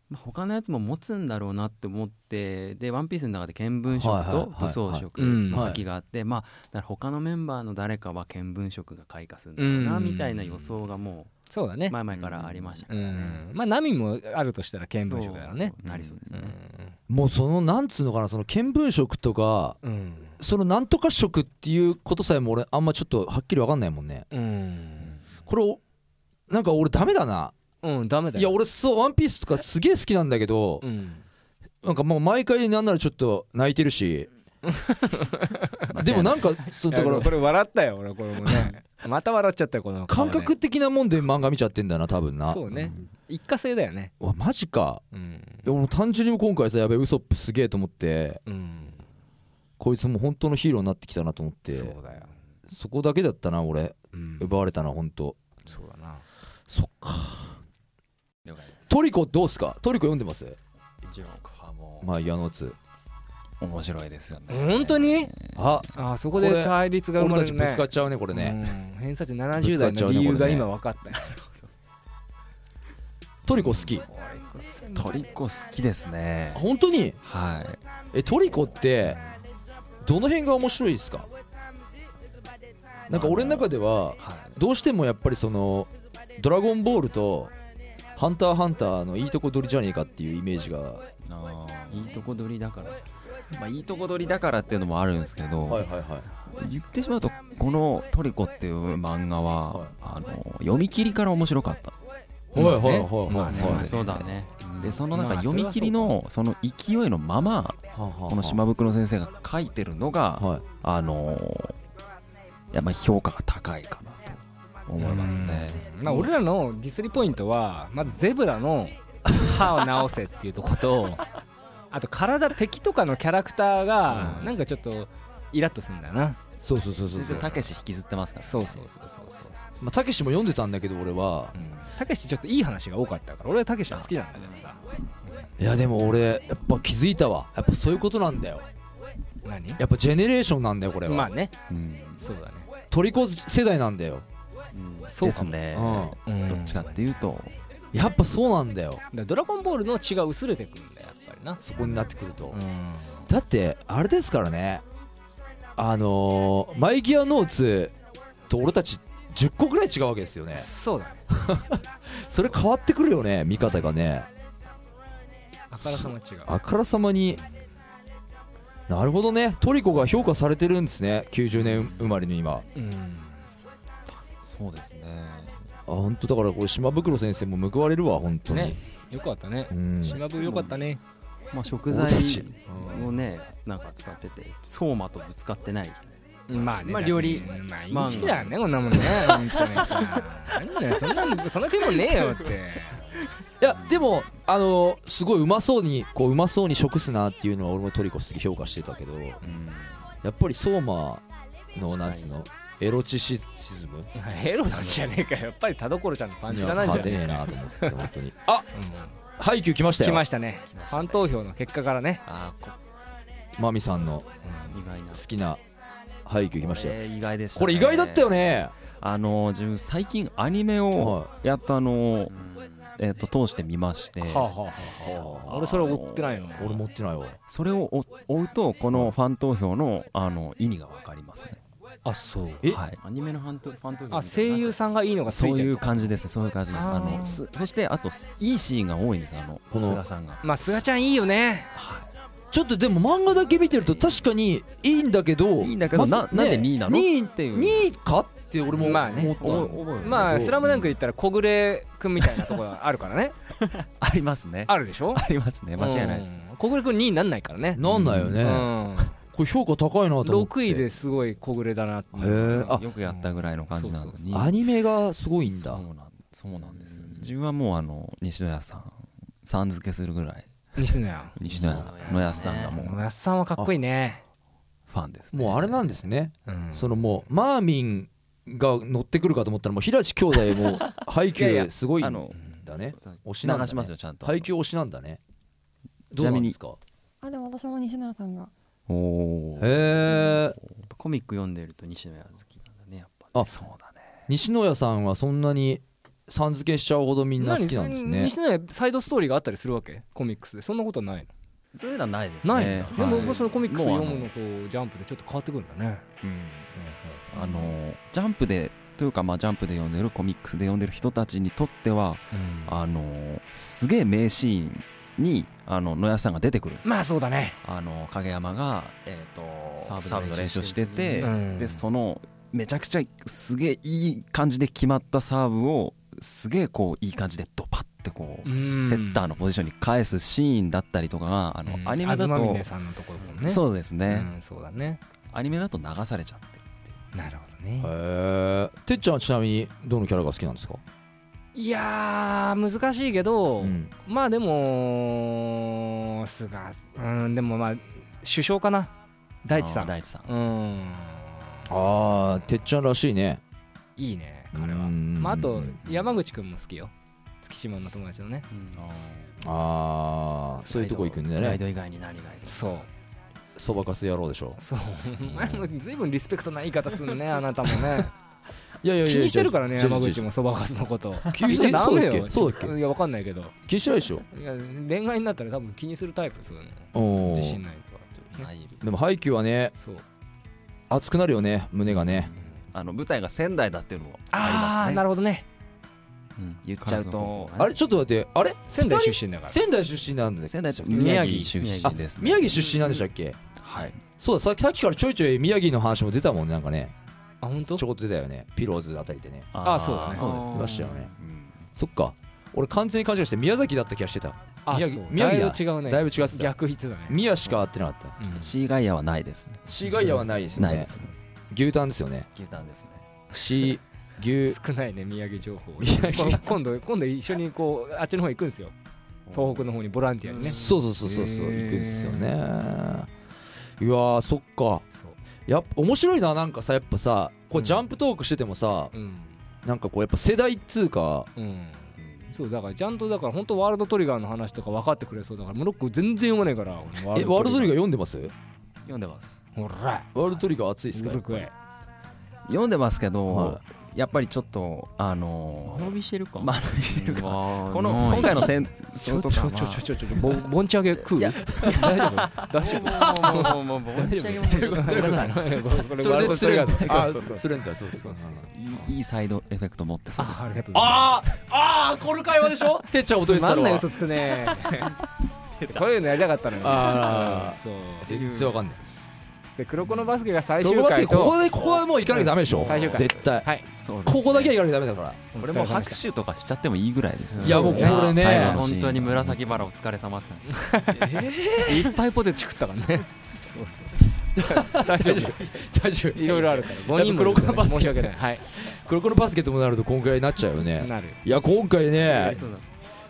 Speaker 4: まあ、他のやつも持つんだろうなって思ってで「ワンピースの中で見聞色と武装色の覇気があって、まあだから他のメンバーの誰かは見聞色が開花するんだろうな
Speaker 3: うん
Speaker 4: みたいな予想がも
Speaker 3: そうだ
Speaker 4: う
Speaker 3: ね
Speaker 4: 前々からありましたか
Speaker 3: う
Speaker 4: らね。
Speaker 3: んまあ波もあるとしたら見聞色だろうね
Speaker 4: そうなりそうですね。
Speaker 1: もうそのなんつうのかなその見聞色とか
Speaker 3: うん
Speaker 1: そのなんとか色っていうことさえも俺あんまちょっとはっきり分かんないもんね
Speaker 3: うん
Speaker 1: これおなんか俺ダメだな
Speaker 3: うんダメだ
Speaker 1: い
Speaker 3: よ
Speaker 1: や俺そう「ワンピースとかすげえ好きなんだけど
Speaker 3: うん
Speaker 1: なんかもう毎回なんならちょっと泣いてる しでもなんかそうだか
Speaker 3: い
Speaker 1: ら
Speaker 3: やこれ笑ったよ俺これもね また笑っちゃったよこの顔
Speaker 1: 感
Speaker 3: ね
Speaker 1: 覚的なもんで漫画見ちゃってんだな多分な
Speaker 3: そうね一過性だよね
Speaker 1: うわマジか
Speaker 3: うん
Speaker 1: いやもう単純に今回さやべえウソップすげえと思って
Speaker 3: うん
Speaker 1: こいつもう本当のヒーローになってきたなと思って
Speaker 3: そうだよ
Speaker 1: そこだけだったな俺
Speaker 3: うん
Speaker 1: 奪われたな本当
Speaker 3: そうだな
Speaker 1: そっかトリコどうすかトリコ読んでます
Speaker 5: ジョークはも
Speaker 1: まあ矢のつ
Speaker 5: う面白いですよね
Speaker 3: 本当に
Speaker 1: あ
Speaker 3: あそこ
Speaker 1: こ
Speaker 3: で
Speaker 1: れ
Speaker 3: 対立が生
Speaker 1: 俺
Speaker 3: ま
Speaker 1: た
Speaker 3: れ
Speaker 1: ち
Speaker 3: る
Speaker 1: ぶつ
Speaker 3: ね
Speaker 1: かっちゃうねこれね
Speaker 3: うん偏差値
Speaker 1: ぶ
Speaker 3: 70
Speaker 1: つかっ
Speaker 3: 代
Speaker 1: ちゃ
Speaker 3: の
Speaker 1: うね
Speaker 3: 理由
Speaker 1: こ
Speaker 3: が
Speaker 1: れね
Speaker 3: 今分かったよ
Speaker 1: トリコ好き
Speaker 5: トリコ好きですね
Speaker 1: あ本当に
Speaker 5: はい
Speaker 1: えトリコってどの辺が面白いですかなんか俺の中ではどうしてもやっぱりその「ドラゴンボール」と「ハンターハンター」のいいとこ取りじゃねえかっていうイメージが
Speaker 5: あ
Speaker 4: いいとこ取りだから。
Speaker 5: ーまあいいとこ取りだからっていうのもあるんですけど、
Speaker 1: はいはい
Speaker 5: 言ってしまうとこの「トリコ」っていう漫画は、
Speaker 1: はい
Speaker 5: あの読み切りから面白かった
Speaker 1: はいはいはい
Speaker 5: まあね
Speaker 1: は
Speaker 4: そうだね。
Speaker 5: でそのなん
Speaker 3: ま
Speaker 5: か
Speaker 3: あ
Speaker 5: 読み切りのその勢いのまま
Speaker 1: いは
Speaker 5: この島袋先生が書いてるのが、
Speaker 1: はい
Speaker 5: あのーいやまあ評価が高いかなと思いますね
Speaker 3: まあ俺らのディスリポイントはまずゼブラの歯を直せっていうと ことあと体敵とかのキャラクターがなんかちょっとイラッとするんだよな
Speaker 1: そうそうそうそう
Speaker 5: 先生たけし引きずってますから
Speaker 3: そうそうそうそうそうそう
Speaker 1: まあたけしも読んでたんだけど俺は
Speaker 3: うんたけしちょっといい話が多かったから俺はたけしは好きなんだけどさ
Speaker 1: いやでも俺やっぱ気づいたわやっぱそういうことなんだよ
Speaker 3: 何
Speaker 1: やっぱジェネレーションなんだよこれは、
Speaker 3: まあね
Speaker 5: うん
Speaker 3: そうだね
Speaker 1: トリコ世代なんだよ
Speaker 3: そう
Speaker 5: で
Speaker 3: か
Speaker 5: す
Speaker 3: も
Speaker 5: ね、
Speaker 3: うん
Speaker 5: どっちかっていうと
Speaker 1: やっぱそうなんだよ
Speaker 3: だからドラゴンボールの血が薄れてくんだよやっぱりな
Speaker 1: そこになってくると、
Speaker 3: うん
Speaker 1: だってあれですからねあのーマイギアノーツと俺たち10個ぐらい違うわけですよね
Speaker 3: そうだね
Speaker 1: それ変わってくるよね見方がね
Speaker 3: あからさま違う
Speaker 1: あからさまになるほどねトリコが評価されてるんですね90年生まれの今あ
Speaker 3: うん
Speaker 5: そうですね
Speaker 1: 本当だからこれ島袋先生も報われるわ本当に、
Speaker 3: ねよかったね
Speaker 1: うん
Speaker 3: 島ぶよかったね
Speaker 4: まあ食
Speaker 1: 俺
Speaker 4: 材
Speaker 1: たち
Speaker 4: をねなんか使ってて相馬とぶつかってないじゃん。
Speaker 3: まあね、
Speaker 4: まあ料理
Speaker 3: うんまあ
Speaker 4: まあ
Speaker 3: インチキだよねこんなもんね本当にさなんだよそんなそんな気もねえよって
Speaker 1: いやでもあのーすごいうまそうにこううまそうに食すなっていうのは俺もトリコすげえ評価してたけど、やっぱり相馬のなんつうのエロチシズム
Speaker 3: いやヘロなんじゃねえかやっぱり田所ちゃんのパンチラなんじゃ
Speaker 1: いや
Speaker 3: ねえ
Speaker 1: 勝てねえなと思って本当に
Speaker 3: あ
Speaker 1: ハイキュー来ました
Speaker 3: 来
Speaker 1: よ
Speaker 3: ましたねファン投票の結果からね
Speaker 1: マミさんの
Speaker 4: 意外な
Speaker 1: 好。きなハイキュー来ましたよ
Speaker 5: えー意外でしたね
Speaker 1: これ意外だったよね、
Speaker 5: あのー自分最近アニメを
Speaker 1: は
Speaker 5: やっとあのー
Speaker 4: うん
Speaker 5: えっと通して見まして、
Speaker 3: はあはあはあはあ俺それ追ってないの
Speaker 1: 俺持ってないわ
Speaker 5: それを追追うとこのファン投票のあの意味がわかりますね
Speaker 3: あそう
Speaker 1: え
Speaker 5: はい
Speaker 4: アニメのファントファント
Speaker 3: あ声優さんがいいのがつ
Speaker 5: そ
Speaker 3: いうて
Speaker 5: い
Speaker 3: る
Speaker 5: う感じですねそういう感じです
Speaker 3: あー
Speaker 5: あのすそしてあとすいいシーンが多いんですあの
Speaker 1: この
Speaker 5: 菅さんが
Speaker 3: まあ菅ちゃんいいよね
Speaker 1: ちょっとでも漫画だけ見てると確かにいいんだけど
Speaker 5: いいんだけどななんで2位なの
Speaker 1: 2位
Speaker 5: っていう
Speaker 1: 2位かって俺も思
Speaker 3: まあね
Speaker 1: ったの、
Speaker 3: まあ「スラムダンクで言ったら小暮君みたいなところあるからね
Speaker 5: ありますね
Speaker 3: あるでしょ
Speaker 5: ありますね間違いないです
Speaker 3: うん小暮君2位になんないからね
Speaker 1: なんだよね、
Speaker 3: うん
Speaker 1: これ評価高いなと思って
Speaker 3: 6位ですごい小暮だなって
Speaker 1: へえあ
Speaker 5: よくやったぐらいの感じなんで
Speaker 3: そう
Speaker 5: す
Speaker 1: アニメがすごいんだ
Speaker 5: そうなんそうなんですよ自分はもうあの西野屋さんさん付けするぐらい
Speaker 3: 西野や
Speaker 5: 西野屋のやすさんがもう
Speaker 3: 野安さんはかっこいいね
Speaker 5: ファンです、ね、
Speaker 1: もうあれなんですね、
Speaker 3: うん
Speaker 1: そのもうマーミンが乗ってくるかと思ったらもう平地兄弟も配
Speaker 5: いやいや
Speaker 1: 給すごい
Speaker 5: あ
Speaker 1: ん
Speaker 5: の
Speaker 1: だね推しなんだ
Speaker 5: 流
Speaker 1: ね
Speaker 5: しますよちゃんと
Speaker 1: 配給推しなんだね
Speaker 5: ち
Speaker 1: ど
Speaker 5: な
Speaker 1: うな
Speaker 5: み
Speaker 1: んで
Speaker 5: に
Speaker 1: すか
Speaker 6: あでも私も西村さんが
Speaker 5: おおー
Speaker 1: へえ
Speaker 4: コミック読んでると西野好きなんだねやっぱ
Speaker 1: あ
Speaker 5: そうだね
Speaker 1: 西野屋さんはそんなにさん付けしちゃうほどみんな好きなんです
Speaker 3: 何
Speaker 1: ね
Speaker 3: 西野サイドストーリーがあったりするわけコミックスでそんなことはない
Speaker 5: そういうのはないですね
Speaker 3: のないんだ、でも、
Speaker 5: はい
Speaker 3: そのコミックス
Speaker 5: もうあ
Speaker 3: 読
Speaker 5: の
Speaker 3: むのとジャンプでちょっと変わってくるんだね
Speaker 5: あのジャンプでというかまあジャンプで読んでるコミックスで読んでる人たちにとってはあのすげえ名シーンにあの野谷さんが出てくるんですよ、
Speaker 3: まあそうだね、
Speaker 5: あの影山が、えー、
Speaker 4: サーブの
Speaker 5: と
Speaker 4: 練習
Speaker 5: サーブの練習をしてて、
Speaker 3: うん
Speaker 5: でそのめちゃくちゃすげえいい感じで決まったサーブをすげえこういい感じでドパッてこう、セッター
Speaker 3: の
Speaker 5: のポジションに返すシーンだったりとかがあの、アニメだと、
Speaker 3: 東峰さんのところもねう
Speaker 5: そうですね、
Speaker 3: んそうだね
Speaker 5: アニメだと流されちゃって
Speaker 3: なるほどね、
Speaker 1: へえてっちゃんはちなみにどのキャラが好きなんですか、
Speaker 3: い、やー難しいけど、
Speaker 1: うん
Speaker 3: まあでも菅うんでもまあ首相かな大地さ
Speaker 5: あの
Speaker 3: ん
Speaker 5: 大地さん
Speaker 3: うん
Speaker 1: ああてっちゃんらしいね
Speaker 3: いいね彼は
Speaker 1: うん
Speaker 3: まああと山口くんも好きよ月島の友達のね
Speaker 1: ああそういうとこ行くんだよ
Speaker 4: プライ
Speaker 1: ね
Speaker 4: ド以外に何がいる
Speaker 3: そう
Speaker 1: そばかす野郎でしょ
Speaker 3: そうお前も随分リスペクトない言い方す るねあなたもね
Speaker 1: いやいやいや
Speaker 3: 気にしてるからね
Speaker 1: じゃあ
Speaker 3: 山口
Speaker 1: じゃあ
Speaker 3: もそばかすのこと
Speaker 1: 気に
Speaker 3: 言っちゃダメよ
Speaker 1: そうだっけそうだっ
Speaker 3: いやわかんないけど
Speaker 1: け気にしないでしょ
Speaker 3: いや恋愛になったら多分気にするタイプですよね
Speaker 1: お
Speaker 3: 自信
Speaker 1: ー
Speaker 3: ないとか
Speaker 1: でも配給はね
Speaker 3: そう
Speaker 1: 熱くなるよね胸がね
Speaker 5: あの舞台が仙台だっていうのも
Speaker 3: あ
Speaker 5: あ
Speaker 3: あ
Speaker 5: りますね
Speaker 3: なるほどね
Speaker 4: うん
Speaker 5: 言っちゃうと
Speaker 1: あれちょっと待ってあれ
Speaker 3: 仙台出身だから
Speaker 1: 仙台出身なんだっけ
Speaker 5: 仙台と
Speaker 3: 宮
Speaker 5: 宮
Speaker 3: 城
Speaker 5: 城出
Speaker 1: あ
Speaker 5: 身ですね、
Speaker 1: 宮城出身なんでしたっけ
Speaker 5: はい
Speaker 1: そうだささっきからちょいちょい宮城の話も出たもんねなんかね
Speaker 3: あ本当
Speaker 1: ちょこっと出たよねピローズあたりでね
Speaker 3: あーそうだね
Speaker 5: そうです
Speaker 1: いらっしゃよね
Speaker 5: うん
Speaker 1: そっか俺完全に勘違いして宮崎だった気がしてた
Speaker 3: あ
Speaker 1: 宮
Speaker 3: 宮
Speaker 1: 城宮城だ
Speaker 3: 城だいぶ違うね
Speaker 1: だいぶ違ってた
Speaker 3: 逆筆だね
Speaker 1: 宮しか合ってなかった
Speaker 3: うん
Speaker 5: シーガイアはないですね
Speaker 1: シーガイアはないです
Speaker 5: ない
Speaker 1: ね
Speaker 5: です
Speaker 1: 牛タンですよね
Speaker 5: 牛タンですね
Speaker 1: シー牛
Speaker 3: 少ないね宮城情報
Speaker 1: 宮城
Speaker 3: この今度今度一緒にこうあっちの方行くんですよ東北の方にボランティアにね
Speaker 1: そうそうそうそうそう行
Speaker 3: へー
Speaker 1: くんですよねうわーそっか
Speaker 3: そう
Speaker 1: やっぱ面白いななんかさやっぱさこう
Speaker 3: う
Speaker 1: んジャンプトークしててもさ、
Speaker 3: うん
Speaker 1: なんかこうやっぱ世代っつうか
Speaker 3: うんそうだからちゃんとだから本当ワールドトリガーの話とか分かってくれそうだからムロック全然読まないから
Speaker 1: えワールドトリガー
Speaker 3: ー
Speaker 1: 読んでます
Speaker 5: 読んでます
Speaker 3: ほら
Speaker 1: ワールドトリガー熱いっす
Speaker 3: ム
Speaker 1: か
Speaker 3: ロックへ
Speaker 5: 読んでますけど、
Speaker 1: は
Speaker 5: やっぱりちょっとあの
Speaker 4: 間延びしてるか
Speaker 5: まあびしてるかこ
Speaker 4: こ
Speaker 5: の今回の戦
Speaker 3: ちょ
Speaker 5: 争
Speaker 3: ち
Speaker 5: と
Speaker 3: ょ
Speaker 5: か
Speaker 3: ちょ
Speaker 5: は
Speaker 3: ちょちょちょぼぼんち上げ食う
Speaker 5: いや
Speaker 3: 大丈夫大 丈夫大丈夫
Speaker 1: どういうこと
Speaker 3: 大丈夫これ
Speaker 1: そ
Speaker 3: ワー
Speaker 1: れで
Speaker 3: ルド
Speaker 1: 釣
Speaker 3: ト
Speaker 1: れ
Speaker 3: リガ
Speaker 1: ん
Speaker 3: ー
Speaker 1: だ
Speaker 3: だ
Speaker 1: あ
Speaker 3: そうそうそう
Speaker 1: 釣れんだそうです
Speaker 3: そうそうそう
Speaker 5: いいいいサイドエフェクト持ってそうです
Speaker 3: あありがとうございます
Speaker 1: あーあーこの会話でしょてっちゃん
Speaker 3: つ
Speaker 1: 踊れて
Speaker 3: ま
Speaker 1: た
Speaker 3: ん
Speaker 1: の
Speaker 3: ない
Speaker 1: は
Speaker 3: 嘘つく ねこういうのやりたかったのよ
Speaker 1: あら
Speaker 3: そう
Speaker 1: 全然わかんない
Speaker 3: で黒子のバスケが最
Speaker 1: ロ
Speaker 3: 終
Speaker 1: ゴバスケ
Speaker 3: 回
Speaker 1: こことでここはもう行かなきゃダメでしょ
Speaker 3: 最終回
Speaker 1: 絶対
Speaker 3: はい
Speaker 1: ここだけは行かなきゃダメだから
Speaker 5: これもう拍手とかしちゃってもいいぐらいですよね
Speaker 1: いやもうこれね
Speaker 5: 最後のシーン
Speaker 4: 本当に紫バラお疲れ様って
Speaker 3: いっぱいポテチ食ったからね そうそうそう大丈夫
Speaker 1: 大丈夫
Speaker 3: いろいろあるから5人もいるからね申し訳ないはい
Speaker 1: 黒子のバスケットもなるとこんぐらいになっちゃうよね
Speaker 3: なる
Speaker 1: いや今回ね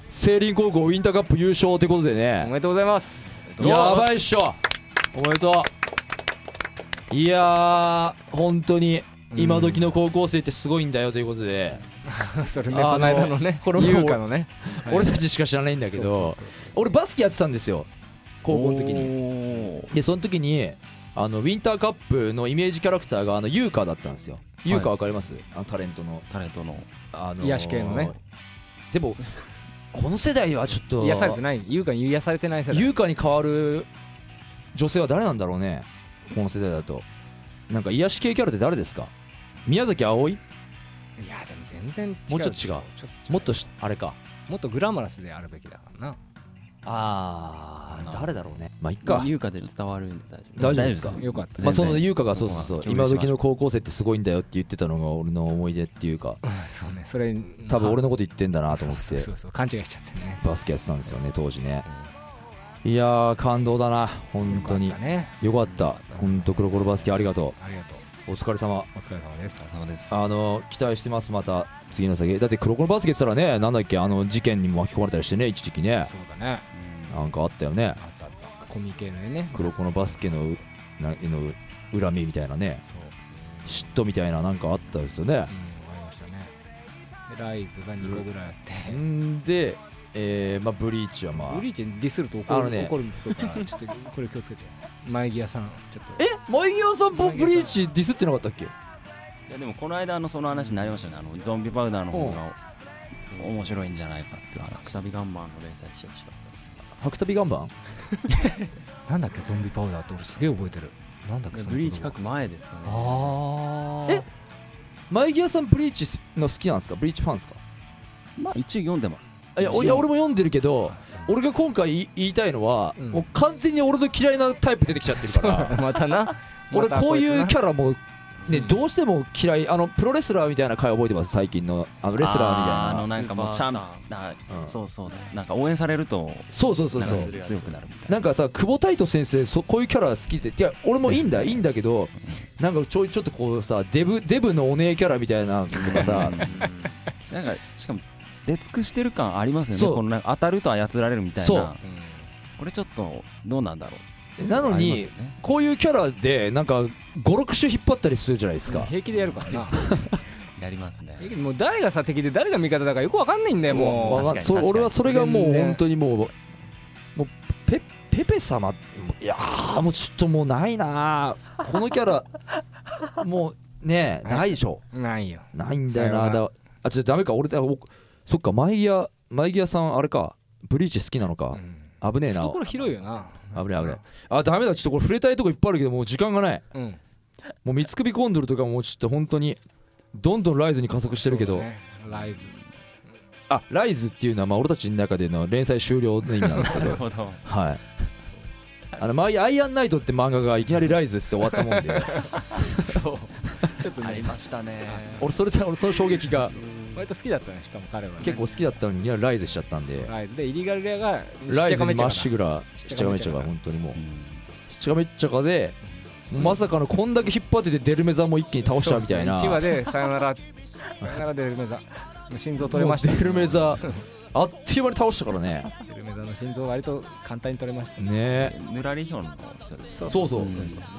Speaker 1: 聖林高校ウィンターカップ優勝ってことで
Speaker 3: お
Speaker 1: ね
Speaker 3: めでとうございます
Speaker 1: やばい
Speaker 3: い
Speaker 1: っしょおめでとういやー本当に今時の高校生ってすごいんだよということで、
Speaker 3: それね
Speaker 1: あの
Speaker 3: この間のね
Speaker 1: この前
Speaker 3: 優香のね
Speaker 1: 俺たちしか知らないんだ
Speaker 3: だ
Speaker 1: けど俺バスケやってたんですよ高校の時に
Speaker 5: に
Speaker 1: でその時にあのウィンターカップのイメージキャラクターがあのユーカだったんですよユーカわかります、あのタレントの
Speaker 5: タレントの
Speaker 1: あのー
Speaker 3: 癒し系のね
Speaker 1: でもこの世代はちょっと
Speaker 3: 癒されてない優香に癒されてない世代
Speaker 1: 優香に代わる女性は誰なんだろうねこの世代だとなんか癒し系キャラって誰ですか宮崎あおい
Speaker 3: いやでも全然違う
Speaker 1: もうちょっ
Speaker 3: ちょっと違う
Speaker 1: もっとしあれか
Speaker 3: もっとグラマラスであるべきだからな
Speaker 1: あー誰だろうねまあいっ
Speaker 4: か
Speaker 1: か
Speaker 4: 優香で伝わるんで大丈夫
Speaker 1: 大丈夫ですか
Speaker 5: 大丈夫で
Speaker 3: よかった
Speaker 1: まあ
Speaker 5: 全然
Speaker 1: その優香がそうそうそう
Speaker 5: そこは共
Speaker 1: 今
Speaker 5: 有しましょう
Speaker 1: 時の高校生ってすごいんだよって言ってたのが俺の思い出っていうか
Speaker 3: そうねそれ
Speaker 1: 多分俺のこと言ってんだなと思っ
Speaker 3: そう
Speaker 1: て
Speaker 3: そうそう勘違いしちゃってね
Speaker 1: バスケやってたんですよね当時ねいやー感動だな本当に
Speaker 3: よかったね
Speaker 1: よかった本当黒コロバスケありがと
Speaker 3: ありがとう
Speaker 1: うお疲れ様
Speaker 3: お疲れ様です
Speaker 5: そうです
Speaker 1: あの期待してますまた次の先だって黒子のバスケって言ったらねなんだっけあの事件にも巻き込まれたりしてね一時期ね
Speaker 3: そうだね
Speaker 1: なんかあったよね
Speaker 3: あったあったコミケのね
Speaker 1: 黒子のバスケのうなの恨みみたいなね
Speaker 3: そう、
Speaker 1: 嫉妬みたいななんかあったですよね
Speaker 3: うん、わかりましたねでライズが2個ぐらいあって、
Speaker 1: んで、えーまあ、ブリーチはまあ
Speaker 3: ブリーチにディスると怒
Speaker 1: あ
Speaker 3: る,、
Speaker 1: のね
Speaker 3: 怒るとからちょっとこれ気をつけて前ギアさんちょっと
Speaker 1: えマイギアさんもブリーチディスってなかったっけ
Speaker 5: いやでもこの間のその話になりましたよねあのゾンビパウダーの方が面白いんじゃないかっていう話
Speaker 4: シャビガンマンの連載してほしかっ
Speaker 1: 白旅岩盤
Speaker 3: なんだっけゾンビパウダーって俺すげえ覚えてるなんだったけ
Speaker 4: で
Speaker 3: その
Speaker 4: ブリーチ
Speaker 3: 言葉
Speaker 4: 書く前ですかね
Speaker 3: あ
Speaker 1: えマイギアさんブリーチの好きなんですかブリーチファンですか
Speaker 5: まあ一応読んでます
Speaker 1: いやおいや俺も読んでるけど俺が今回い言いたいのは、
Speaker 3: うん
Speaker 1: もう完全に俺の嫌いなタイプ出てきちゃってるから
Speaker 3: あまたな
Speaker 1: 俺こういうキ
Speaker 3: ャ
Speaker 1: ャラもね、どうしても嫌いあのプロレスラーみたいな回覚えてます最近のあのレスラーみたいな
Speaker 5: あのなんかもうチャンあ
Speaker 1: うん
Speaker 5: そうそうなんか応援されると
Speaker 1: そうそうそう
Speaker 5: なん
Speaker 1: そ
Speaker 5: か
Speaker 1: う
Speaker 5: 強くなるみたいな
Speaker 1: なんかさ久保太斗先生そこういうキャラ好きでいや俺もいいんだ、いいんだけどなんかちょいちょっとこうさデブデブのお姉キャラみたいなのと かさ
Speaker 5: なんかしかも出尽くしてる感ありますよね
Speaker 1: そう
Speaker 5: このなんか当たると操られるみたい
Speaker 1: そう
Speaker 5: なこれちょっとどうなんだろ
Speaker 1: な
Speaker 5: う
Speaker 1: の
Speaker 5: あり
Speaker 1: に
Speaker 5: ますよね
Speaker 1: こういうキャラでなんか56種引っ張ったりするじゃないですか
Speaker 3: 平気でやるからな
Speaker 5: やりますね
Speaker 3: 平気でもう誰がさ敵で誰が味方だかよくわかんないんだよも
Speaker 1: わ
Speaker 5: 確
Speaker 1: か
Speaker 5: かに
Speaker 1: そう
Speaker 5: 確かに
Speaker 1: 俺はそれがもう
Speaker 3: 全然
Speaker 1: 本当にもうもうペペペ様いやーもうちょっともうないなーこのキャラ もうねえないでしょ
Speaker 3: うないよ
Speaker 1: ないんだよ
Speaker 3: さ
Speaker 1: な
Speaker 3: よなら
Speaker 1: だあちょっとダメか俺だおそっかマイギアマイギアさんあれかブリーチ好きなのか、危ねえな危
Speaker 3: 懐広いよな
Speaker 1: ねえ危ねえあダメだちょっとこれ触れたいとこいっぱいあるけどもう時間がない
Speaker 3: うん
Speaker 1: もう三つ首コンドルとかもうちょっと本当にどんどんライズに加速してるけど、
Speaker 3: そうだねライズ
Speaker 1: あライズっていうのはまあ俺たちの中での連載終了の意味 なんですけ
Speaker 5: なる
Speaker 1: ど
Speaker 5: ほど
Speaker 1: はい。あの、マイアイアンナイトって漫画がいきなりライズです終わったもんで、
Speaker 3: そうちょっと
Speaker 5: あ
Speaker 3: ね
Speaker 5: りましたね
Speaker 1: 俺それた俺その衝撃が
Speaker 3: 割と好きだったねしかも彼はね
Speaker 1: 結構好きだったのにいきなりライズしちゃったんで、
Speaker 3: ライズでイリガルレアが
Speaker 1: ライズにまっし
Speaker 3: し
Speaker 1: ぐらしっちゃかめっちゃか
Speaker 3: うん
Speaker 1: 本当にもう
Speaker 5: うん
Speaker 1: しっちゃかめっちゃかで、まさかのこんだけ引っ張っててデルメザも一気に倒しちゃうみたいな。
Speaker 3: 1話でさよ ならさよならデルメザ心臓取れました
Speaker 1: もうデルメザあっという間に倒したからね。
Speaker 3: デルメザの心臓割と簡単に取れましたね
Speaker 1: ねえ。
Speaker 5: ぬらりひょんの人です
Speaker 3: そ
Speaker 1: そうそう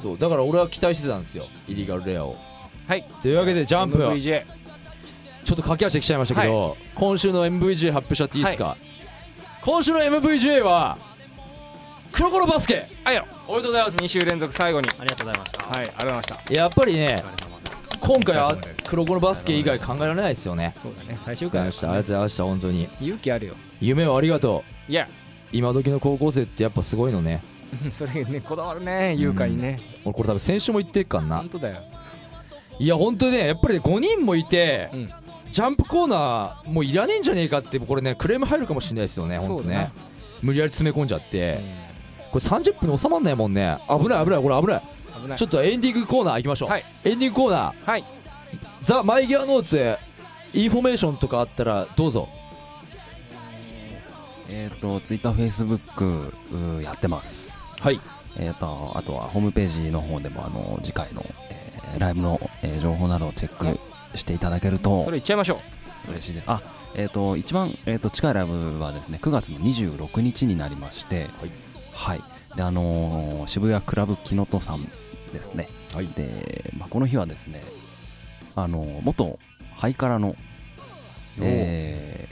Speaker 1: そうだから俺は期待してたんですよイリガルレアを
Speaker 3: はい
Speaker 1: というわけでジャンプ
Speaker 3: MVJ
Speaker 1: ちょっと駆け足で来ちゃいましたけど、今週の MVJ 発表しちゃっていいですか、今週の MVJ は黒子のバスケ
Speaker 3: あやろ
Speaker 1: おめでとうございます
Speaker 3: 2週連続最後に
Speaker 4: ありがとうございました
Speaker 3: はいありがとうございました
Speaker 1: やっぱりね今回
Speaker 3: お
Speaker 1: は
Speaker 3: 疲れ様です
Speaker 1: 黒子のバスケ以外考えられないですよね
Speaker 3: そうだね最終
Speaker 1: ありがとうござい
Speaker 3: 回
Speaker 1: ましたありがとうございました本当に
Speaker 3: 勇気あるよ
Speaker 1: 夢をありがとう
Speaker 3: いや
Speaker 1: 今時の高校生ってやっぱすごいのね
Speaker 3: それねこだわるね優香にね
Speaker 1: 俺これ多分先週も言ってっからな
Speaker 3: 本当だよ
Speaker 1: いや本当ねやっぱりね5人もいて、
Speaker 3: うん
Speaker 1: ジャンプコーナーもういらねえんじゃねえかってこれねクレーム入るかもしれないですよね本当
Speaker 3: そうだ
Speaker 1: ね
Speaker 3: な
Speaker 1: 無理やり詰め込んじゃって、
Speaker 3: うん
Speaker 1: これ30分に収まんないもんね危ない危ないこれ危ない
Speaker 3: 危ない
Speaker 1: ちょっとエンディングコーナー行きましょう、
Speaker 3: はい
Speaker 1: エンディングコーナー
Speaker 3: はい
Speaker 1: ザ・マイギアノーツインフォメーションとかあったらどうぞ
Speaker 5: えっとツイッターフェイスブックやってます
Speaker 1: はい
Speaker 5: えー、とあとはホームページの方でもあの次回の、えーライブの、えー情報などをチェックしていただける
Speaker 3: そ
Speaker 5: と
Speaker 3: れいっちゃいましょう
Speaker 5: 嬉しいですあえっ、と一番、えー、と近いライブはですね9月の26日になりましてはい、であのー渋谷クラブ木本さんですね
Speaker 1: はい
Speaker 5: で、まあ、この日はですねあのー元ハイカラの、え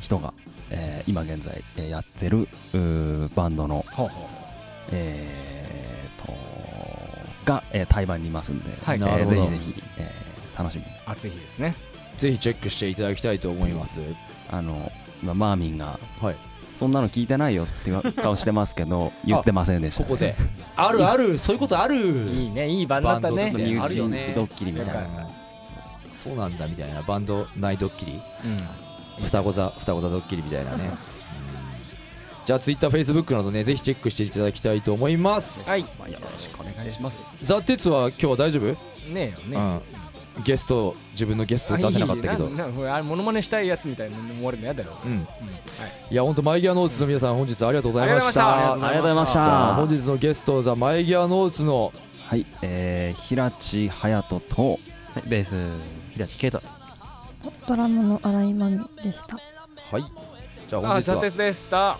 Speaker 5: ー人が、えー今現在、えーやってるうーバンドの
Speaker 3: ほうほう
Speaker 5: えーとが、えー台湾にいますんで、
Speaker 3: はい
Speaker 5: えー
Speaker 1: なるほど
Speaker 5: ぜひぜひ、えー楽しみに
Speaker 3: 暑い日ですね
Speaker 1: ぜひチェックしていただきたいと思います
Speaker 5: あの今マーミンが、
Speaker 1: はい
Speaker 5: そんなの聞いてないよっていう顔してますけど言ってませんでした
Speaker 1: ここ であるあるそういうことある
Speaker 3: いいねいい番だっ
Speaker 1: バ
Speaker 3: た
Speaker 1: ンド
Speaker 3: ね
Speaker 1: と
Speaker 5: 身
Speaker 1: ねあ
Speaker 5: 内
Speaker 1: るよね
Speaker 5: ドッキリみたい
Speaker 3: よか
Speaker 5: な
Speaker 3: っ
Speaker 1: そうなんだみたいなバンド内ドッキリ双子座双子座ドッキリみたいなねうんじゃあツイッターフェイスブックなどねぜひチェックしていただきたいと思います
Speaker 3: はい
Speaker 5: まあよろしくお願いします
Speaker 1: ザ・テツは今日は大丈夫
Speaker 3: ねえよね
Speaker 1: うん、ゲスト自分のゲスト出せなかったけど
Speaker 3: あいいなんなんこれあれモノマネしたいやつみたいなの思われるのやだよ、
Speaker 1: うん、
Speaker 3: うんはい、
Speaker 1: いや本当マイギアノーツの皆さん本日ありがとうございました
Speaker 3: ありがとうございましたありがとうございました
Speaker 1: じゃあ本日のゲストザマイギアノーツの
Speaker 5: はい、えー、平地隼人と
Speaker 4: ベース平地啓太
Speaker 6: ドラムの新井まみでした
Speaker 1: はいじゃあ
Speaker 3: あ
Speaker 1: 本日
Speaker 3: ザ
Speaker 1: は
Speaker 3: テスでした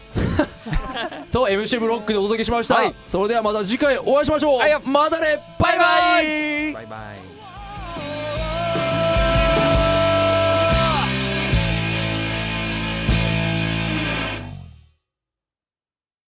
Speaker 1: と MC ブロックでお届けしました、
Speaker 3: はい
Speaker 1: それではまた次回お会いしましょう、
Speaker 3: はい
Speaker 1: またねバイバイ
Speaker 3: バイバイ